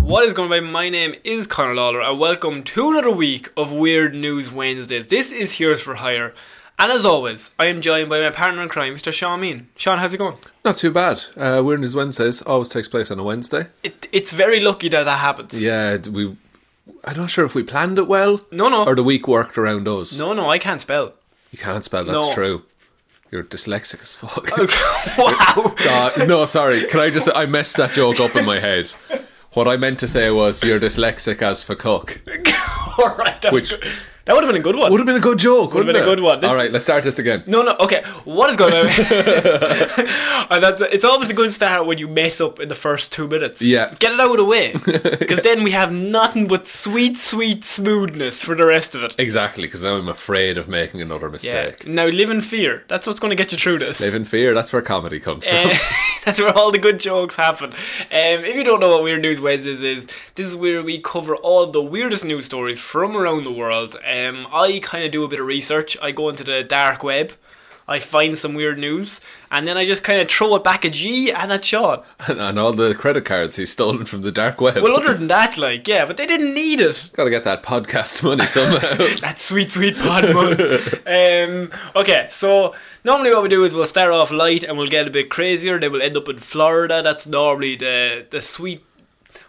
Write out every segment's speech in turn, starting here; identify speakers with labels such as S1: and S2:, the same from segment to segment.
S1: What is going on? My name is Connor Lawler, and welcome to another week of Weird News Wednesdays. This is Heroes for Hire, and as always, I am joined by my partner in crime, Mr. Sean Mean. Sean, how's it going?
S2: Not too bad. Uh, Weird News Wednesdays always takes place on a Wednesday.
S1: It, it's very lucky that that happens.
S2: Yeah, d- we. I'm not sure if we planned it well
S1: No,
S2: or
S1: no,
S2: the week worked around us.
S1: no, no, I can't spell.
S2: You can't spell. That's
S1: No.
S2: true. You're dyslexic as fuck.
S1: wow.
S2: God, no, sorry. Can I just? I messed that joke up in my head. What I meant to say was you're dyslexic as for cook.
S1: All right, that,
S2: Which-
S1: was good. that would have been a good one.
S2: Would have been a good joke. Would
S1: Would've been a good one. This-
S2: All right, let's start this again.
S1: No, no, okay. What is going on? And that- it's always a good start when you mess up in the first two minutes.
S2: Yeah.
S1: Get it out of the way. Because then we have nothing but sweet, sweet smoothness for the rest of it.
S2: Exactly, because now I'm afraid of making another
S1: Yeah.
S2: mistake.
S1: Now live in fear. That's what's going to get you through this.
S2: Live in fear. That's where comedy comes from.
S1: Uh, that's where all the good jokes happen. Um, if you don't know what Weird News Wednesdays is, this is where we cover all the weirdest news stories from around the world. Um, I kind of do a bit of research. I go into the dark web, I find some weird news, and then I just kind of throw it back at G and at Sean.
S2: and, and all the credit cards he's stolen from the dark web.
S1: Well, other than that, like, yeah, but they didn't need it.
S2: Got to get that podcast money somehow.
S1: That sweet, sweet pod moon. um, okay, so normally what we do is we'll start off light and we'll get a bit crazier. Then we'll end up in Florida. That's normally the the sweet.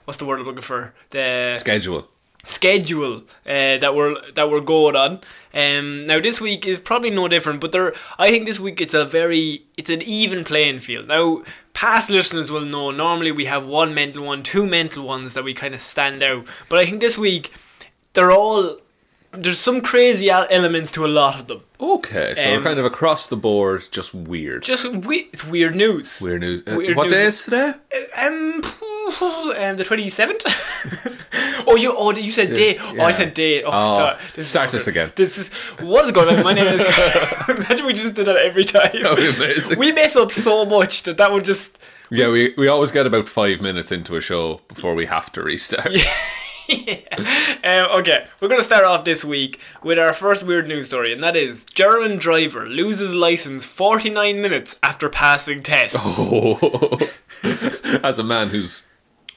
S1: What's the word I'm looking for? The
S2: Schedule.
S1: schedule uh, that we're that we're going on. Um, now this week is probably no different, but there I think this week it's a very it's an even playing field. Now past listeners will know normally we have one mental one, two mental ones that we kind of stand out, but I think this week they're all there's some crazy al- elements to a lot of them.
S2: Okay, so
S1: Um,
S2: we're kind of across the board, just weird.
S1: Just we- it's weird news.
S2: weird news. Uh,
S1: weird
S2: what
S1: news.
S2: day is today?
S1: Um, um the twenty seventh. oh, you oh you said day. Oh, I
S2: yeah.
S1: said day. Oh,
S2: Oh,
S1: sorry. This is
S2: start
S1: awkward.
S2: this again.
S1: This is what's going on. My name is. Imagine we just did that every time.
S2: That would be amazing.
S1: We mess up so much that that would just.
S2: yeah, we, we always get about five minutes into a show before we have to restart.
S1: Um, okay, we're gonna start off this week with our first weird news story, and that is German driver loses license forty nine minutes after passing test.
S2: Oh. As a man who's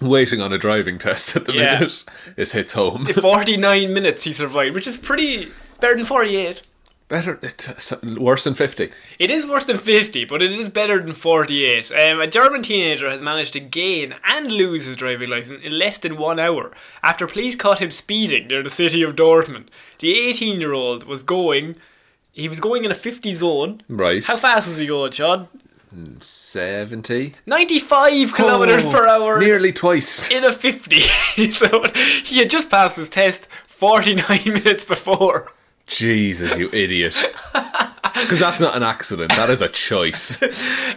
S2: waiting on a driving test at the
S1: Yeah.
S2: minute, this hits home.
S1: Forty nine minutes he survived, which is pretty better than forty eight.
S2: Better, it, uh, so- worse than 50.
S1: It is worse than 50, but it is better than 48. Um, a German teenager has managed to gain and lose his driving license in less than one hour after police caught him speeding near the city of Dortmund. The 18 year old was going. He was going in a 50 zone.
S2: Right.
S1: How fast was he going, Sean?
S2: 70.
S1: 95 kilometers
S2: Oh,
S1: per hour
S2: Nearly twice.
S1: in a 50. so he had just passed his test 49 minutes before.
S2: Jesus, you idiot. Because that's not an accident, that is a choice.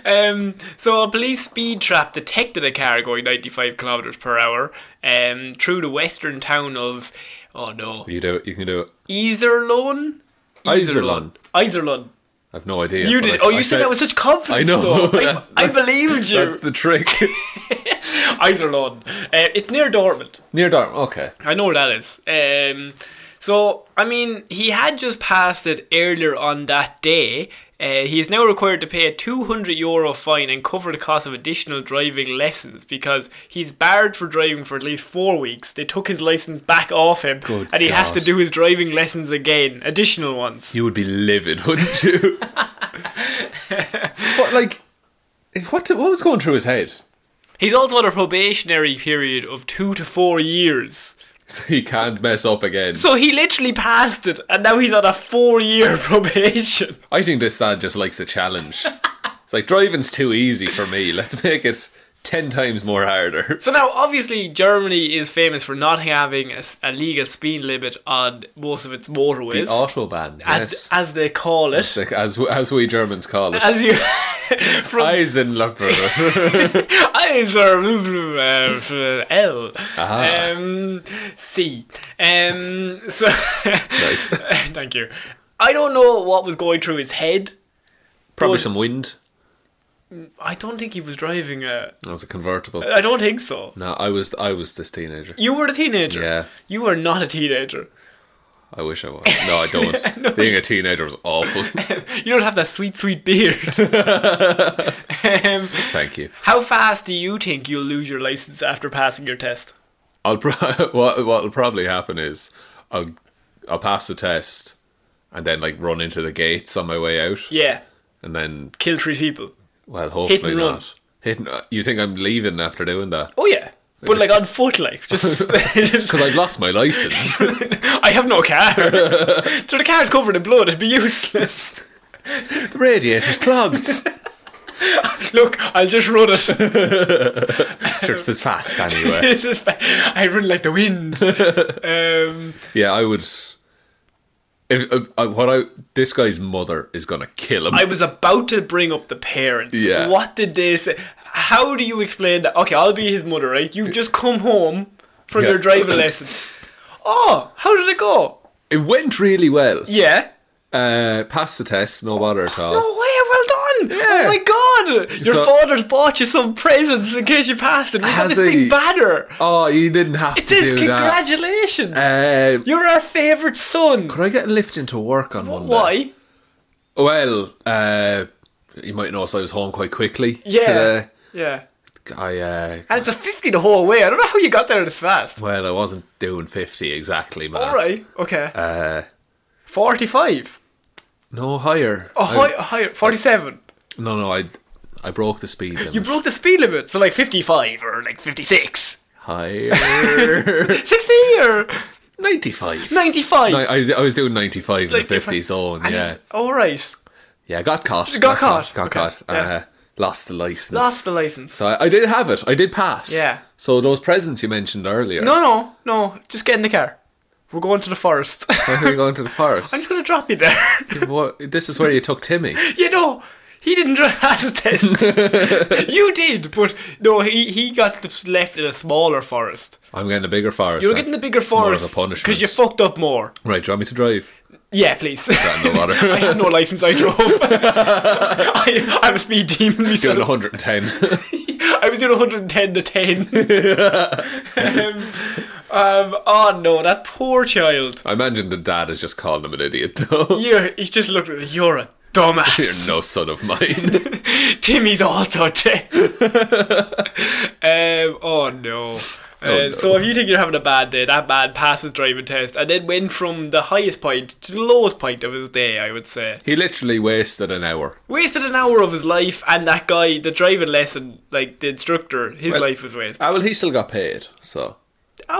S1: Um, so a police speed trap detected a car going 95 kilometers per hour um, through the western town of oh no
S2: You do it, you can do it.
S1: Iserlohn.
S2: Iserlohn.
S1: Iserlohn.
S2: I've no idea.
S1: You
S2: but
S1: did.
S2: I-
S1: oh,
S2: I
S1: you said that with such confidence.
S2: I know.
S1: though. I,
S2: That's-
S1: I believed you.
S2: That's the trick.
S1: Iserlohn. Uh, it's near Dortmund.
S2: Near Darm. Okay.
S1: I know where that is. Um, so, I mean, he had just passed it earlier on that day. Uh, he is now required to pay a 200 euro fine and cover the cost of additional driving lessons because he's barred for driving for at least four weeks. They took his license back off him
S2: Good
S1: and he has to
S2: God.
S1: do his driving lessons again, additional ones.
S2: You would be livid, wouldn't you? but like, what what was going through his head?
S1: He's also on a probationary period of two to four years.
S2: So he can't mess up again.
S1: So he literally passed it and now he's on a four year probation.
S2: I think this lad just likes a challenge. it's like driving's too easy for me. Let's make it ten times more harder.
S1: So now, obviously, Germany is famous for not having a, s- a legal speed limit on most of its motorways,
S2: Autobahn.
S1: as
S2: yes.
S1: as they call it.
S2: Like, as as we Germans call it.
S1: As you from
S2: Eisenlöper.
S1: eyes are uh, L
S2: Aha.
S1: um C um so
S2: Nice.
S1: thank you. I don't know what was going through his head.
S2: Probably
S1: But-
S2: some wind.
S1: I don't think he was driving a.
S2: That was a convertible.
S1: I don't think so.
S2: No, I was I was this teenager.
S1: You were a teenager.
S2: Yeah.
S1: You were not a teenager.
S2: I wish I was. No, I don't. Being a teenager was awful.
S1: You don't have that sweet, sweet beard. um,
S2: Thank you.
S1: How fast do you think you'll lose your license after passing your test?
S2: I'll pro- what what'll probably happen is I'll I'll pass the test and then like run into the gates on my way out
S1: Yeah,
S2: and then
S1: kill three people.
S2: well hopefully
S1: and run.
S2: not. Hit and, uh, you think I'm leaving after doing that?
S1: Oh yeah, but like on foot, like just. just
S2: Because I've lost my license.
S1: I have no car, so the car's covered in blood. It'd be useless.
S2: the radiator's clogged.
S1: Look, I'll just run it.
S2: Sure, it's this fast anyway.
S1: This is fa- I run like the wind. Um,
S2: Yeah, I would. If, uh, uh, what I this guy's mother is gonna kill him.
S1: I was about to bring up the parents.
S2: Yeah.
S1: What did they say? How do you explain that? Okay, I'll be his mother, right? You've just come home from
S2: Yeah.
S1: your driving lesson. Oh, how did it go?
S2: it went really well.
S1: Yeah.
S2: Uh, passed the test, no bother at all.
S1: No way, well done!
S2: Oh. Yeah.
S1: Oh my god! Your
S2: So-
S1: father's bought you some presents in case you passed it. We got
S2: Has
S1: this thing
S2: he?
S1: banner.
S2: Oh, you didn't have
S1: It
S2: to
S1: says
S2: do that.
S1: congratulations!
S2: Um,
S1: You're our favourite son.
S2: could I get lifted into work on Monday?
S1: Why?
S2: Well, uh, you might notice I was home quite quickly.
S1: Yeah.
S2: Today.
S1: Yeah.
S2: I uh,
S1: And it's a 50 the whole way. I don't know how you got there this fast.
S2: well, I wasn't doing fifty exactly, man.
S1: Alright, okay.
S2: Uh,
S1: 45.
S2: no higher.
S1: Oh,
S2: I-
S1: hi, hi, 47.
S2: No, no, I, I broke the speed limit.
S1: You broke the speed limit, so like 55 or like 56.
S2: higher.
S1: 60 or
S2: Ninety-five.
S1: 95.
S2: No, I, I was doing 95 in the
S1: 95.
S2: 50 zone,
S1: And-
S2: yeah.
S1: Alright.
S2: Yeah, I got caught. Got,
S1: caught,
S2: Got
S1: okay,
S2: caught.
S1: yeah.
S2: Uh, lost the license.
S1: Lost the license.
S2: So I, I did have it. I did pass.
S1: Yeah.
S2: So those presents you mentioned earlier.
S1: No, no, no. Just get in the car. We're going to the forest. I'm
S2: Why are we going to the forest?
S1: just going to drop you there.
S2: What, this is where you took Timmy.
S1: you know, he didn't pass the test. you did, but no, he, he got left in a smaller forest.
S2: I'm getting a bigger forest.
S1: You were
S2: then.
S1: getting the bigger
S2: more of a
S1: forest
S2: punishment.
S1: because you fucked up more.
S2: Right, do you want me to drive?
S1: Yeah, please.
S2: No bother.
S1: I have no license. I drove. I, I'm a speed demon
S2: Doing
S1: myself.
S2: 110.
S1: I was doing 110 to 10. um, um, oh no, that poor child.
S2: I imagine the dad is just calling him an idiot, though.
S1: You, he's just looked at me, You're a dumbass.
S2: You're no son of mine.
S1: Timmy's also dead. um, oh no. Uh,
S2: no.
S1: So if you think you're having a bad day, that man passes driving test and then went from the highest point to the lowest point of his day, I would say.
S2: he literally wasted an hour.
S1: wasted an hour of his life, and that guy, the driving lesson, like the instructor, his
S2: Well-
S1: life was wasted.
S2: Ah, well, he still got paid, so.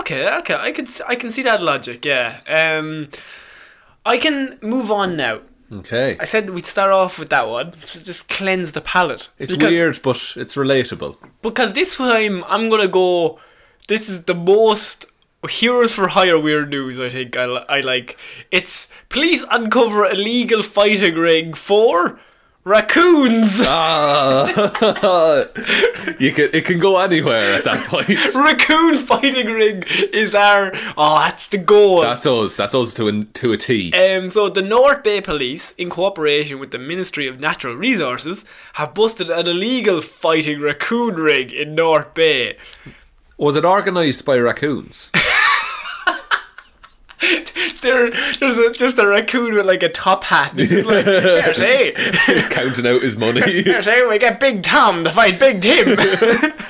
S1: Okay, okay, I can s- I can see that logic. Yeah. Um, I can move on now.
S2: Okay.
S1: I said we'd start off with that one. So just cleanse the palate.
S2: It's
S1: Because-
S2: weird, but it's relatable.
S1: because this time I'm gonna go. This is the most heroes for hire weird news. I think I, li- I like. It's please uncover illegal fighting ring for raccoons.
S2: Ah, you can it can go anywhere at that point.
S1: Raccoon fighting ring is our oh that's the goal.
S2: That's us. That's us to a to a T.
S1: um, so the North Bay Police, in cooperation with the Ministry of Natural Resources, have busted an illegal fighting raccoon ring in North Bay.
S2: Was it organised by raccoons?
S1: There, there's a, just a raccoon with like a top hat. And he's just like, here's hey,
S2: He's counting out his money.
S1: here's hey, we get Big Tom to fight Big Tim.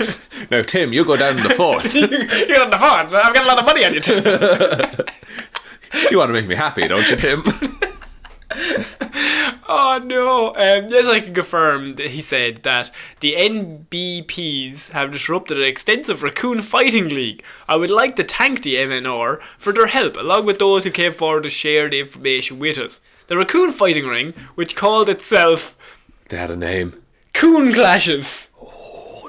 S2: now, Tim, you go down to the fort.
S1: you, you're on the phone. I've got a lot of money on you, Tim.
S2: You want to make me happy, don't you, Tim?
S1: Oh no! Um, yes, I can confirm that he said that the NBPs have disrupted an extensive raccoon fighting league. I would like to thank the MNR for their help, along with those who came forward to share the information with us. The raccoon fighting ring, which called itself
S2: They had a name.
S1: Coon Clashes. Oh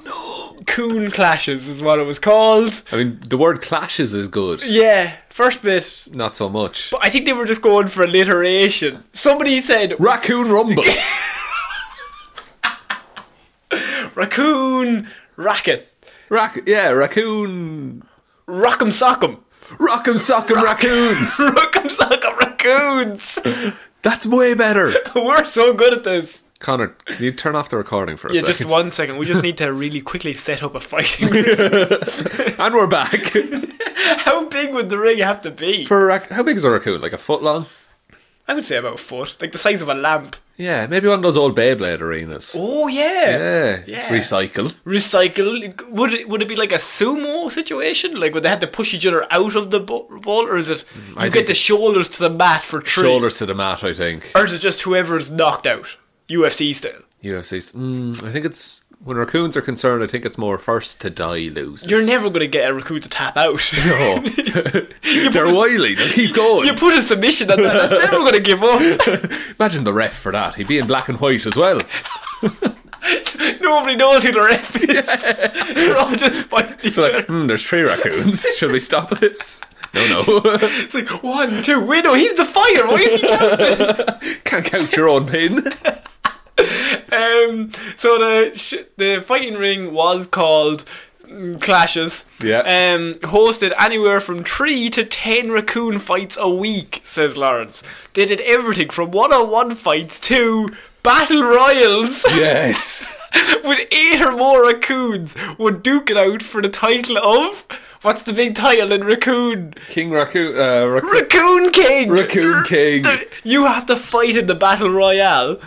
S1: no! Coon Clashes is what it was called.
S2: I mean, the word clashes is good.
S1: Yeah, first bit.
S2: Not so much.
S1: I think they were just going for alliteration. Somebody said
S2: Raccoon rumble.
S1: raccoon racket,
S2: Rac- yeah, raccoon.
S1: rock'em sock'em.
S2: Rock'em sock'em raccoons.
S1: Rook'em sock'em raccoons.
S2: That's way better.
S1: We're so good at this.
S2: Connor, can you turn off the recording for a
S1: Yeah,
S2: second?
S1: just one second. We just need to really quickly set up a fighting ring.
S2: and we're back.
S1: How big would the ring have to be?
S2: For a rac- how big is a raccoon? Like a foot long?
S1: I would say about a foot, like the size of a lamp.
S2: Yeah, maybe one of those old Beyblade arenas.
S1: Oh yeah.
S2: yeah.
S1: yeah.
S2: Recycle.
S1: Recycle. Would it would it be like a sumo situation? Like would they have to push each other out of the bo- ball, or is it you
S2: Mm, I
S1: get
S2: think
S1: the
S2: it's-
S1: shoulders to the mat for three,
S2: Shoulders to the mat, I think.
S1: or is it just whoever's knocked out, UFC style?
S2: UFC's. Mm, I think it's. When raccoons are concerned, I think it's more first to die loses.
S1: You're never gonna get a recruit to tap out.
S2: No. They're wily. They'll keep going.
S1: you put a submission on that. That's never gonna give up.
S2: Imagine the ref for that. He'd be in black and white as well.
S1: Nobody knows who the ref is. They're all just fighting each
S2: So
S1: other.
S2: like, hmm, there's three raccoons. Should we stop this? No, no.
S1: It's like one, two. Wait, no, he's the fire. Why is he counting?
S2: Can't count your own pin.
S1: um, so the sh- the fighting ring was called mm, Clashes.
S2: Yeah.
S1: Um, hosted anywhere from three to ten raccoon fights a week, says Lawrence. They did everything from one-on-one fights to battle royals.
S2: Yes.
S1: with eight or more raccoons would duke it out for the title of what's the big title in raccoon
S2: King Raccoon. Uh, rac-
S1: raccoon king
S2: Raccoon King.
S1: you have to fight in the battle royale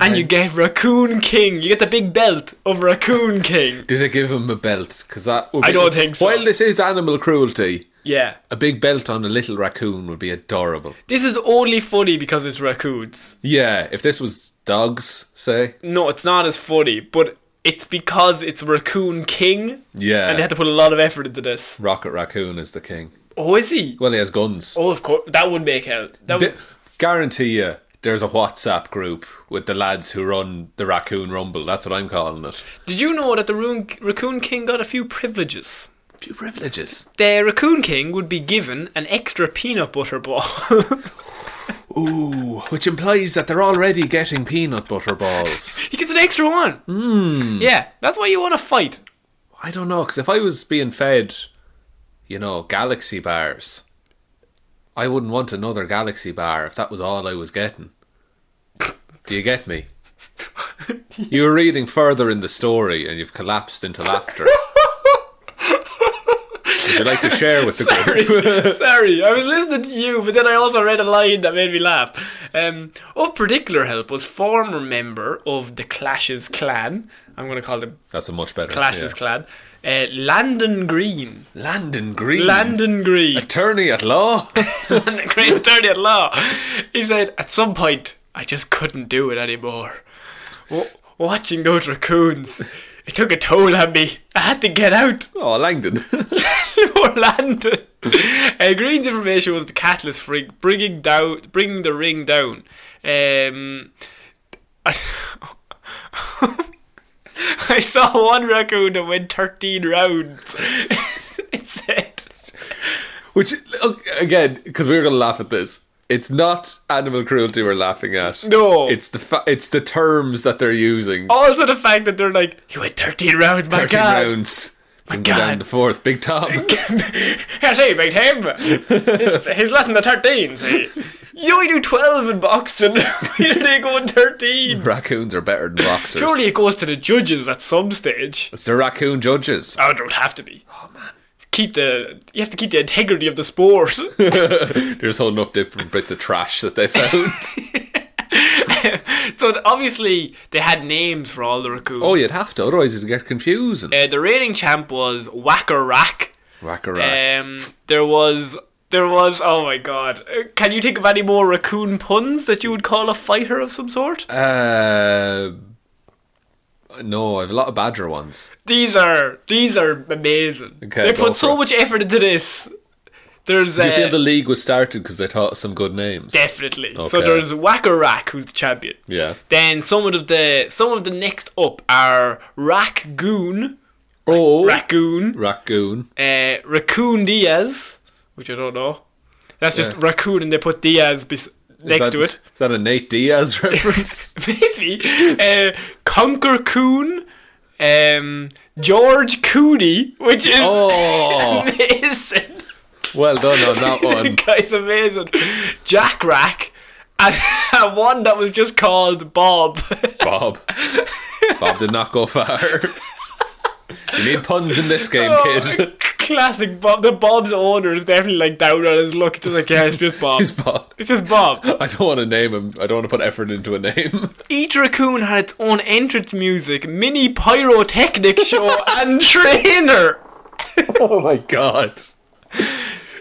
S1: and you get raccoon king you get the big belt of raccoon king
S2: Did I give him a belt? Because that. Would
S1: I
S2: be-
S1: don't think so.
S2: While this is animal cruelty,
S1: yeah
S2: a big belt on a little raccoon would be adorable.
S1: this is only funny because it's raccoons
S2: Yeah. If this was dogs, say.
S1: no it's not as funny but it's because it's raccoon king
S2: Yeah.
S1: and they had to put a lot of effort into this
S2: Rocket Raccoon is the king.
S1: oh is he
S2: Well, he has guns.
S1: oh of course that would make hell that would
S2: Th- guarantee you. There's a WhatsApp group with the lads who run the Raccoon Rumble. That's what I'm calling it.
S1: Did you know that the Roon- Raccoon King got a few privileges?
S2: Few privileges.
S1: The Raccoon King would be given an extra peanut butter ball.
S2: Ooh, which implies that they're already getting peanut butter balls.
S1: he gets an extra one. Yeah, that's why you want to fight.
S2: I don't know, because if I was being fed, you know, galaxy bars, I wouldn't want another galaxy bar if that was all I was getting. Do you get me? You were reading further in the story and you've collapsed into laughter. Would you like to share with the
S1: Sorry,
S2: group?
S1: sorry, I was listening to you, but then I also read a line that made me laugh. Um, of particular help was former member of the Clashes clan. I'm going to call them
S2: That's a much better
S1: Clashes clan. Uh, Landon Green.
S2: yeah. Landon Green.
S1: Landon Green.
S2: Attorney at law.
S1: and the great attorney at law. He said, at some point, I just couldn't do it anymore. W- watching those raccoons, it took a toll on me. I had to get out.
S2: oh, Langdon.
S1: Poor Landon. Uh, Green's information was the catalyst for bringing down, bringing the ring down. Um, I, I saw one raccoon that went 13 rounds. it said,
S2: Which look, again, because we were going to laugh at this. It's not animal cruelty we're laughing at.
S1: No.
S2: it's the fa- it's the terms that they're using.
S1: also the fact that they're like, you went 13 rounds, my
S2: Thirteen
S1: God.
S2: rounds. Can go down
S1: God.
S2: to fourth. Big Tom.
S1: I see, Big Tim. He's, he's letting the 13, see. You only do 12 in boxing. Why did they go in 13?
S2: Raccoons are better than boxers.
S1: Surely it goes to the judges at some stage.
S2: it's the raccoon judges.
S1: Oh, it don't have to be. Oh, man. Keep the you have to keep the integrity of the sport.
S2: There's whole enough different bits of trash that they found.
S1: so th- obviously they had names for all the raccoons.
S2: oh, you'd have to, otherwise it'd get confusing.
S1: Uh, the reigning champ was Whacker Rack.
S2: Rack a rack.
S1: Um, there was there was oh my god. Uh, Can you think of any more raccoon puns that you would call a fighter of some sort?
S2: Uh, no, I've a lot of badger ones.
S1: These are these are amazing.
S2: Okay,
S1: they
S2: go
S1: put so
S2: for it.
S1: much effort into this. There's
S2: Do you feel
S1: uh,
S2: the league was started because they thought of some good names?
S1: definitely so
S2: Okay.
S1: there's Wacker Rack who's the champion.
S2: Yeah.
S1: Then some of the some of the next up are Raccoon,
S2: Oh,
S1: Raccoon,
S2: raccoon.
S1: uh, Raccoon Diaz, which I don't know. That's just raccoon, and they put Diaz bes- next
S2: Is that-
S1: to it.
S2: Is that a Nate Diaz reference?
S1: Maybe uh, Conquer Coon, um, George Cooney, which is
S2: oh,
S1: amazing.
S2: well done on that
S1: The
S2: one.
S1: guy's amazing. Jack Rack and, and one that was just called Bob.
S2: Bob.
S1: Oh
S2: Bob did not go far. You need puns in this game, kid.
S1: Classic Bob. The Bob's owner is definitely like down on his luck. It's just like, yeah, it's just Bob.
S2: He's Bob.
S1: it's just Bob.
S2: I don't want to name him. I don't want to put effort into a name.
S1: Each Raccoon had its own entrance music, mini pyrotechnic show, and trainer.
S2: oh my god.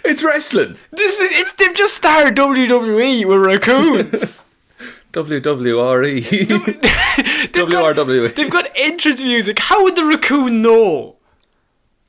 S2: It's wrestling.
S1: This is it's, they've just started WWE E with raccoons.
S2: E. WWRE.
S1: they've, got,
S2: WRWE.
S1: they've got entrance music. How would the raccoon know?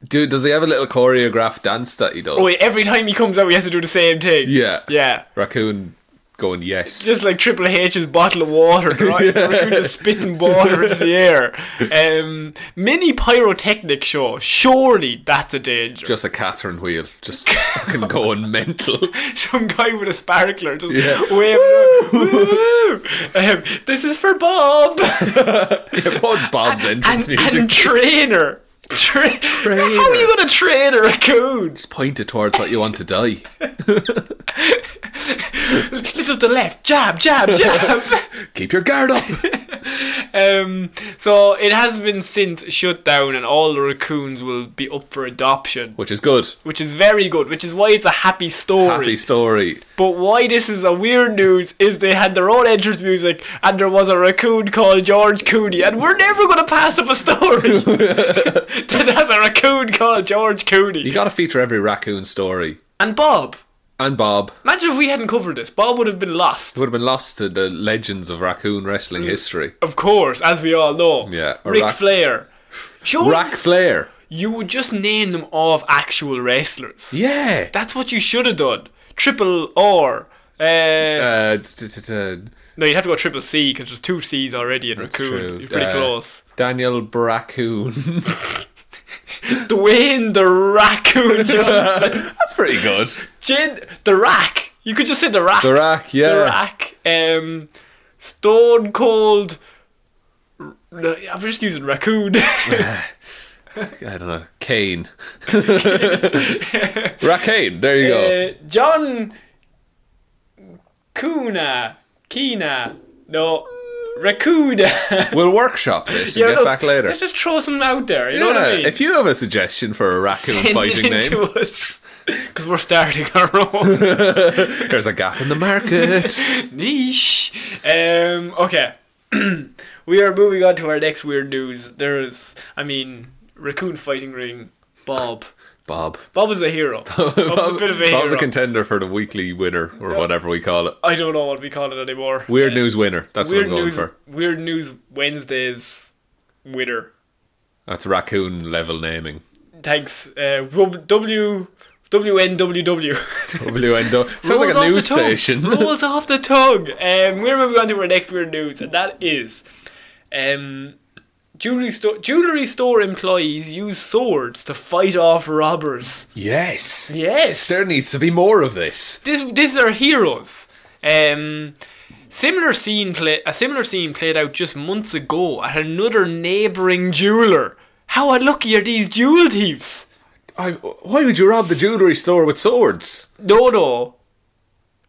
S2: Dude, does he have a little choreographed dance that he does?
S1: Oh, wait, every time he comes out, he has to do the same thing.
S2: Yeah.
S1: Yeah.
S2: Raccoon going yes.
S1: Just like Triple H's bottle of water, right? The Raccoon just spitting water into the air. Um, mini pyrotechnic show. Surely that's a danger.
S2: Just a Catherine wheel. Just fucking going mental.
S1: some guy with a sparkler just
S2: Yeah.
S1: waving around. Woo! Um, this is for Bob
S2: Yeah, what's Bob's
S1: and,
S2: entrance music?
S1: and trainer. Tra-
S2: Trainer.
S1: How are you gonna train a raccoon?
S2: Just point it towards what you want to die.
S1: Lift up the left, jab, jab, jab.
S2: Keep your guard up.
S1: um, so it has been since shut down, and all the raccoons will be up for adoption,
S2: Which is good.
S1: which is very good. Which is why it's a happy story.
S2: Happy story.
S1: But why this is a weird news is they had their own entrance music and there was a raccoon called George Cooney and we're never gonna pass up a story that has a raccoon called George
S2: You
S1: Cooney.
S2: gotta feature every raccoon story.
S1: And Bob.
S2: And Bob.
S1: Imagine if we hadn't covered this. Bob would have been lost.
S2: would have been lost to the legends of raccoon
S1: Mm.
S2: wrestling history.
S1: Of course, as we all know.
S2: Yeah, a
S1: Ric
S2: rac-
S1: Flair. Sure
S2: Rack Flair.
S1: you would just name them off actual wrestlers.
S2: Yeah.
S1: That's what you should have done. Triple R. Uh,
S2: Uh, t- t- t-
S1: no, you'd have to go triple C because there's two C's already in
S2: That's
S1: raccoon.
S2: true.
S1: You're pretty
S2: Uh,
S1: close.
S2: Daniel Braccoon.
S1: Dwayne the Raccoon Johnson.
S2: That's pretty good.
S1: Jin, the Rack. You could just say the Rack.
S2: The Rack, yeah.
S1: The Rack. Um, Stone Cold. No, I'm just using raccoon. Uh,
S2: I don't know. Kane. Rackane. There you go.
S1: uh, John Kuna. Kina. No. Raccoon.
S2: We'll workshop this and get
S1: look,
S2: back later.
S1: Let's just throw something out there. You know what I
S2: Yeah,
S1: mean?
S2: If you have a suggestion for a raccoon
S1: Send
S2: fighting
S1: it in
S2: name,
S1: to us. Because we're starting our own.
S2: there's a gap in the market.
S1: Niche. Um. Okay. we are moving on to our next weird news. There is, I mean, raccoon fighting ring. Bob.
S2: Bob.
S1: Bob is a hero. Bob's a bit of a
S2: Bob's a
S1: hero.
S2: contender for the weekly winner or whatever we call it.
S1: I don't know what we call it anymore.
S2: Weird
S1: Uh,
S2: news winner. That's
S1: Weird
S2: what I'm going
S1: news.
S2: for.
S1: Weird news Wednesdays. Winner.
S2: That's raccoon level naming.
S1: Thanks. Uh, W W W N W W.
S2: WNW. Sounds
S1: Rolls
S2: like
S1: off
S2: a news
S1: the tongue.
S2: station.
S1: Rolls off the tongue. Um, we're moving on to our next weird news, and that is, um, jewelry store jewelry store employees use swords to fight off robbers.
S2: yes.
S1: Yes,
S2: There needs to be more of this.
S1: this these are heroes. Um, similar scene play a similar scene played out just months ago at another neighboring jeweler. How unlucky are these jewel thieves?
S2: I, why would you rob the jewelry store with swords?
S1: No, no.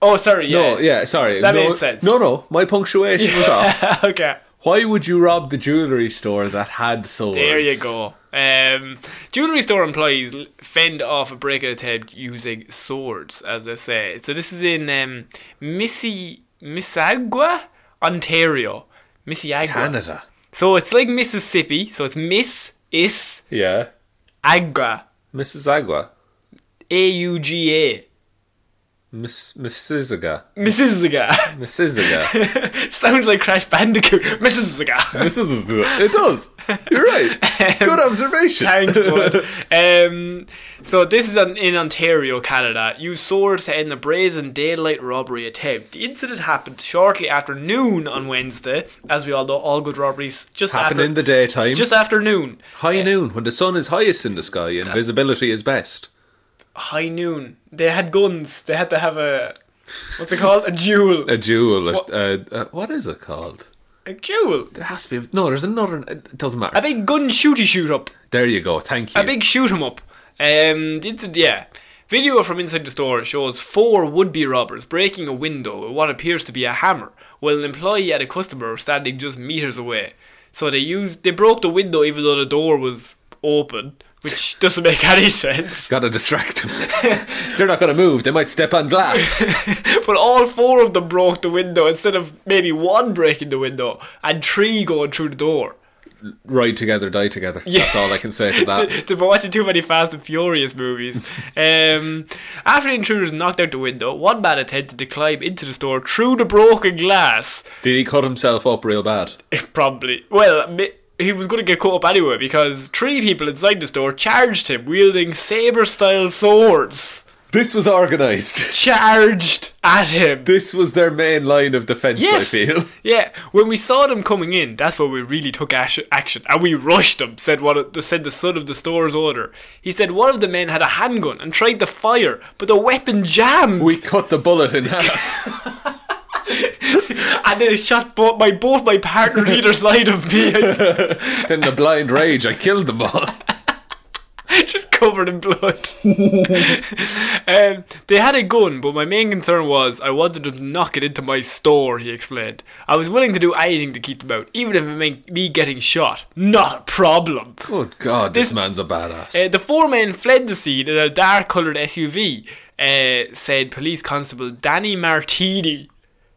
S1: Oh, sorry. Yeah.
S2: No, yeah, sorry.
S1: That
S2: no,
S1: made sense.
S2: No, no, my punctuation was off.
S1: okay.
S2: Why would you rob the jewelry store that had swords?
S1: There you go. Um, jewelry store employees l- fend off a break attempt using swords, as I say. So this is in um, Missi Missagua, Ontario, Missiagua.
S2: Canada.
S1: So it's like Mississippi. So it's Miss Is
S2: Yeah.
S1: Agua,
S2: Mrs. Agua.
S1: A U G A,
S2: Miss, Mrs. Aga.
S1: Mississauga.
S2: Mrs. Aga.
S1: Sounds like Crash Bandicoot, Mississauga.
S2: Mrs. Aga. It does. You're right. Good observation.
S1: Thanks, bud. um, so this is on, in Ontario, Canada. Use swords to end the brazen daylight robbery attempt. The incident happened shortly after noon on Wednesday. As we all know, all good robberies just
S2: Happen
S1: after
S2: in the daytime.
S1: just after noon.
S2: High noon, when the sun is highest in the sky and visibility is best.
S1: High noon. They had guns. They had to have a what's it called? A duel.
S2: A jewel. What? Uh, uh, what is it called?
S1: A duel.
S2: There has to be. No, there's another. It doesn't matter.
S1: A big gun shooty shoot up.
S2: there you go. Thank you.
S1: A big shoot 'em up. Um, it's, yeah. Video from inside the store shows four would-be robbers breaking a window with what appears to be a hammer, while an employee and a customer were standing just meters away. So they used they broke the window even though the door was open, which doesn't make any sense.
S2: Gotta distract them. They're not gonna move. They might step on glass.
S1: but all four of them broke the window instead of maybe one breaking the window and three going through the door.
S2: Ride together, die together. That's all I can say to that.
S1: They've been watching too many Fast and Furious movies. um, after the intruders knocked out the window, one man attempted to climb into the store through the broken glass.
S2: Did he cut himself up real bad?
S1: Probably. Well, mi- he was going to get caught up anyway because three people inside the store charged him wielding saber style swords.
S2: This was organised.
S1: Charged at him.
S2: This was their main line of defence,
S1: Yes.
S2: I feel.
S1: Yeah. When we saw them coming in, that's when we really took ash- action, and we rushed them. Said one. Of the, said the son of the store's owner. He said one of the men had a handgun and tried to fire, but the weapon jammed,
S2: We cut the bullet in half.
S1: and then it shot both my both my partners either side of me,
S2: then the blind rage, I killed them all.
S1: just covered in blood. um, they had a gun, but my main concern was I wanted them to knock it into my store. He explained. I was willing to do anything to keep them out, even if it meant me getting shot. Not a problem.
S2: Good God, this, man's a badass.
S1: Uh, the four men fled the scene in a dark coloured SUV, uh, said police constable Danny Martini.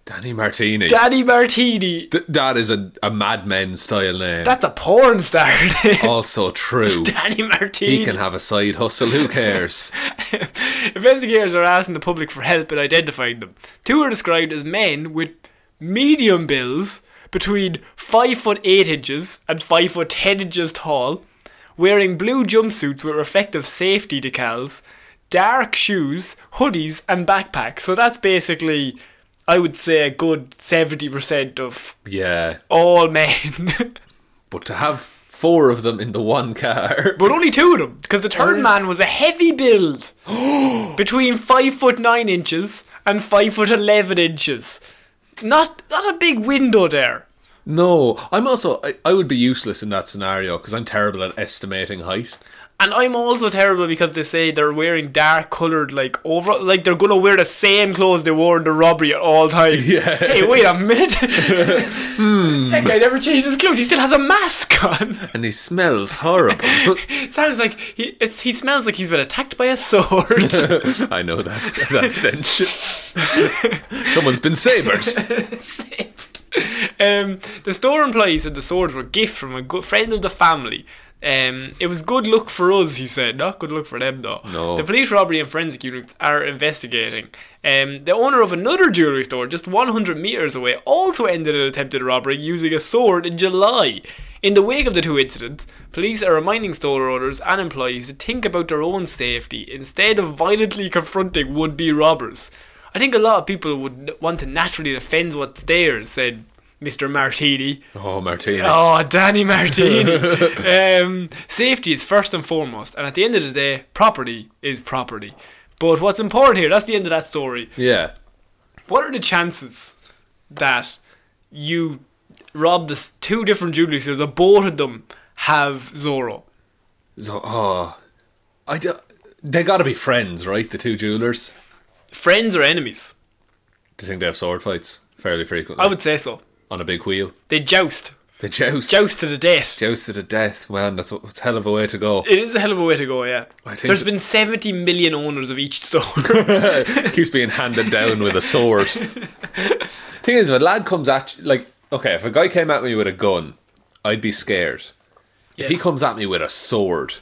S2: Danny Martini.
S1: Danny Martini!
S2: Th- that is a, a madman style name.
S1: That's a porn star name.
S2: also true.
S1: Danny
S2: He
S1: Martini.
S2: can have a side hustle. Who cares?
S1: Investigators are asking the public for help in identifying them. Two are described as men with medium bills between 5 foot 8 inches and 5 foot 10 inches tall, wearing blue jumpsuits with reflective safety decals, dark shoes, hoodies, and backpacks. So that's basically, I would say, a good 70% of
S2: yeah,
S1: all men.
S2: but to have four of them in the one car.
S1: But only two of them, because the third man was a heavy build, between five foot nine inches and five foot eleven inches. Not not a big window there.
S2: No, I'm also. I, I would be useless in that scenario because I'm terrible at estimating height.
S1: And I'm also terrible because they say they're wearing dark coloured like over like they're gonna wear the same clothes they wore in the robbery at all times.
S2: Yeah.
S1: Hey, wait a minute. Hmm. That guy never changed his clothes. He still has a mask on.
S2: And he smells horrible.
S1: It sounds like he it's, he smells like he's been attacked by a sword.
S2: I know that that stench. Someone's been sabred.
S1: saved. Um, the store employee said the swords were a gift from a good friend of the family. Um, it was good luck for us, he said. Not good luck for them, though.
S2: No.
S1: The police robbery and forensic units are investigating. Um, the owner of another jewelry store just 100 meters away also ended an attempted robbery using a sword in July. In the wake of the two incidents, police are reminding store owners and employees to think about their own safety instead of violently confronting would-be robbers. I think a lot of people would n- want to naturally defend what's theirs, said Mr. Martini.
S2: Oh, Martini.
S1: Oh, Danny Martini. um, safety is first and foremost, and at the end of the day, property is property. But what's important here, that's the end of that story.
S2: Yeah.
S1: What are the chances that you rob the s- two different jewelry stores, that both of them have Zorro?
S2: So, oh, I do, they got to be friends, right? The two jewelers.
S1: Friends or enemies?
S2: Do you think they have sword fights fairly frequently?
S1: I would say so.
S2: on a big wheel.
S1: They joust.
S2: They joust.
S1: Joust to the death.
S2: Joust to the death, man. That's a, that's a hell of a way to go.
S1: It is a hell of a way to go, yeah.
S2: I think
S1: There's
S2: that-
S1: been 70 million owners of each store.
S2: It keeps being handed down with a sword. Thing is, if a lad comes at you, like, okay, if a guy came at me with a gun, I'd be scared. If he
S1: Yes.
S2: comes at me with a sword,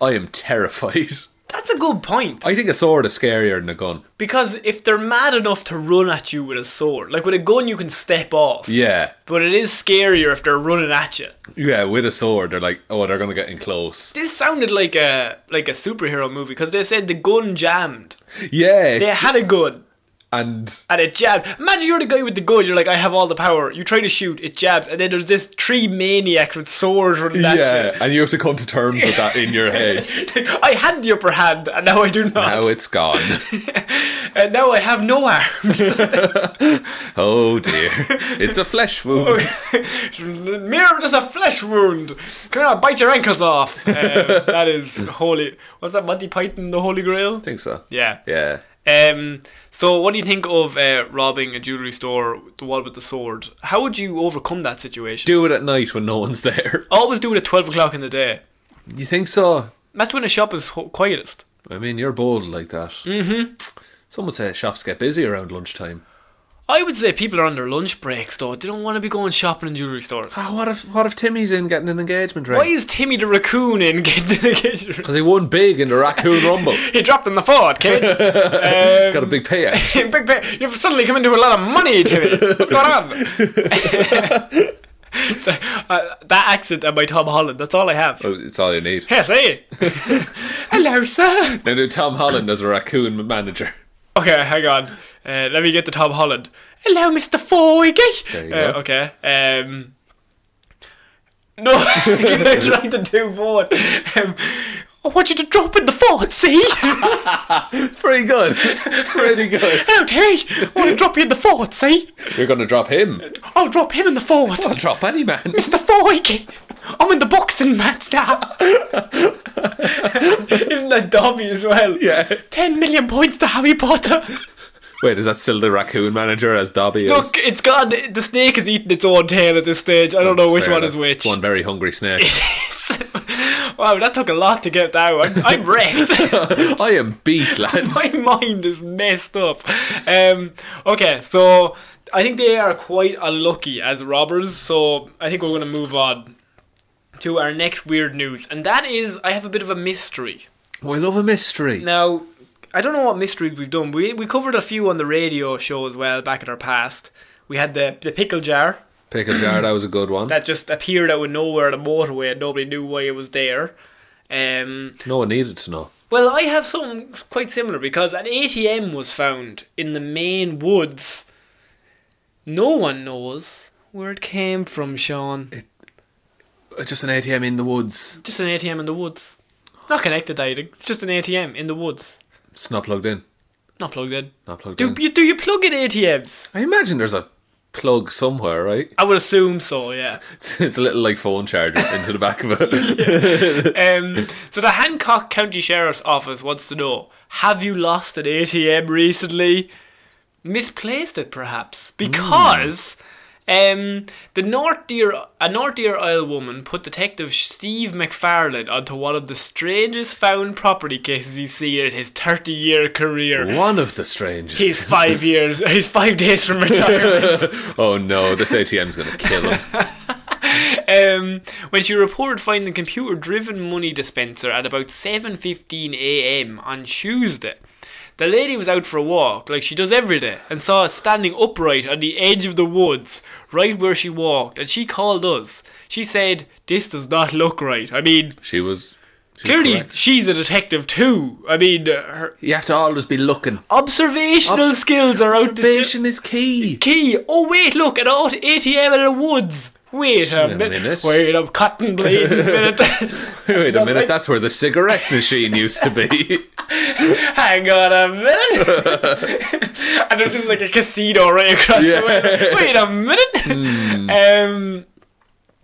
S2: I am terrified.
S1: That's a good point.
S2: I think a sword is scarier than a gun.
S1: Because if they're mad enough to run at you with a sword, like with a gun, you can step off.
S2: Yeah,
S1: But it is scarier if they're running at you.
S2: yeah. With a sword, they're like, oh, they're gonna get in close.
S1: This sounded like a like a superhero movie because they said the gun jammed.
S2: Yeah,
S1: They had a gun
S2: and
S1: and it jabbed. Imagine you're the guy with the gun. You're like, I have all the power. You try to shoot, it jabs, and then there's this three maniacs with swords running at
S2: yeah, and you have to come to terms with that in your head.
S1: you. I had the upper hand, and now I do not.
S2: Now it's gone.
S1: and now I have no arms.
S2: Oh dear, it's a flesh wound.
S1: Mirror, there's a flesh wound. Come on, bite your ankles off. Um, that is holy. What's that? Monty Python, and the Holy Grail.
S2: think so.
S1: Yeah.
S2: Yeah.
S1: Um. So, what do you think of uh, robbing a jewelry store? The one with the sword. How would you overcome that situation?
S2: Do it at night when no one's there.
S1: Always do it at twelve o'clock in the day.
S2: You think so?
S1: That's when a shop is ho- quietest.
S2: I mean, you're bold like that. Mm-hmm. Some would say shops get busy around lunchtime.
S1: I would say people are on their lunch breaks though. They don't want to be going shopping in jewelry stores.
S2: Ah, what if what if Timmy's in getting an engagement
S1: Why
S2: ring?
S1: is Timmy the raccoon in getting
S2: Because he won big in the Raccoon Rumble.
S1: He dropped in the Ford, kid. Um,
S2: Got a big payout.
S1: Big pa- You've suddenly come into a lot of money, Timmy. What's going on? Uh, that accent and my Tom Holland. That's all I have.
S2: Oh, it's all you need.
S1: Yes, eh? Hello, sir.
S2: Now do Tom Holland as a raccoon manager.
S1: Okay, hang on. Uh, let me get the Tom Holland. Hello, Mr. Foygy.
S2: There you
S1: uh,
S2: go.
S1: Okay. Um, no, I tried to do one. Um, I want you to drop in the fort, see?
S2: Pretty good. Pretty good.
S1: Hello, Terry. I want to drop you in the fort, see?
S2: You're going to drop him.
S1: I'll drop him in the fort.
S2: I'll drop any man.
S1: Mr. Foygy. I'm in the boxing match now. Isn't that Dobby as well?
S2: Yeah.
S1: 10 million points to Harry Potter.
S2: Wait, is that still the raccoon manager as Dobby is?
S1: Look, it's gone. The snake has eaten its own tail at this stage. I don't know which
S2: Fair
S1: one
S2: enough.
S1: is which.
S2: One very hungry snake.
S1: wow, that took a lot to get that one. I'm wrecked.
S2: I am beat, lads.
S1: My mind is messed up. Um, okay, so I think they are quite unlucky as robbers. So I think we're going to move on to our next weird news, and that is I have a bit of a mystery.
S2: Oh, I love a mystery.
S1: Now, I don't know what mysteries we've done. We we covered a few on the radio show as well back in our past. We had the the pickle jar.
S2: Pickle jar, that was a good one.
S1: that just appeared out of nowhere on the motorway and nobody knew why it was there. Um,
S2: No one needed to know.
S1: well, I have something quite similar because an ATM was found in the Maine woods. No one knows where it came from, Sean.
S2: Uh, Just an ATM in the woods.
S1: Just an ATM in the woods. Not connected to anything. It's just an ATM in the woods.
S2: It's not plugged in.
S1: Not plugged in.
S2: Not plugged
S1: Do
S2: in.
S1: you do you plug in ATMs?
S2: I imagine there's a plug somewhere, right?
S1: I would assume so. Yeah.
S2: It's, it's a little like phone charger into the back of it.
S1: Um, so the Hancock County Sheriff's Office wants to know: Have you lost an ATM recently? Misplaced it, perhaps, because um, the North Deer a North Deer Isle woman put Detective Steve McFarlane onto one of the strangest found property cases he's seen in his thirty-year career.
S2: one of the strangest.
S1: He's five years. He's five days from retirement.
S2: oh no, this ATM's gonna kill him.
S1: um, when she reported finding the computer-driven money dispenser at about 7:15 a.m. on Tuesday. The lady was out for a walk, like she does every day, and saw us standing upright on the edge of the woods, right where she walked, and she called us. She said, "This does not look right." I mean,
S2: She was she's
S1: clearly
S2: correct.
S1: she's a detective too. I mean, uh, her
S2: You have to always be looking.
S1: observational
S2: Obs-
S1: skills are out the
S2: Observation is key.
S1: key. Oh wait, look, an old ATM in the woods. Wait a,
S2: a
S1: minute.
S2: minute.
S1: Wait a cotton blade minute.
S2: Wait a minute, that's where the cigarette machine used to be.
S1: Hang on a minute. and there's just like a casino right across
S2: Yeah. Hmm.
S1: the way. Wait a minute. Um,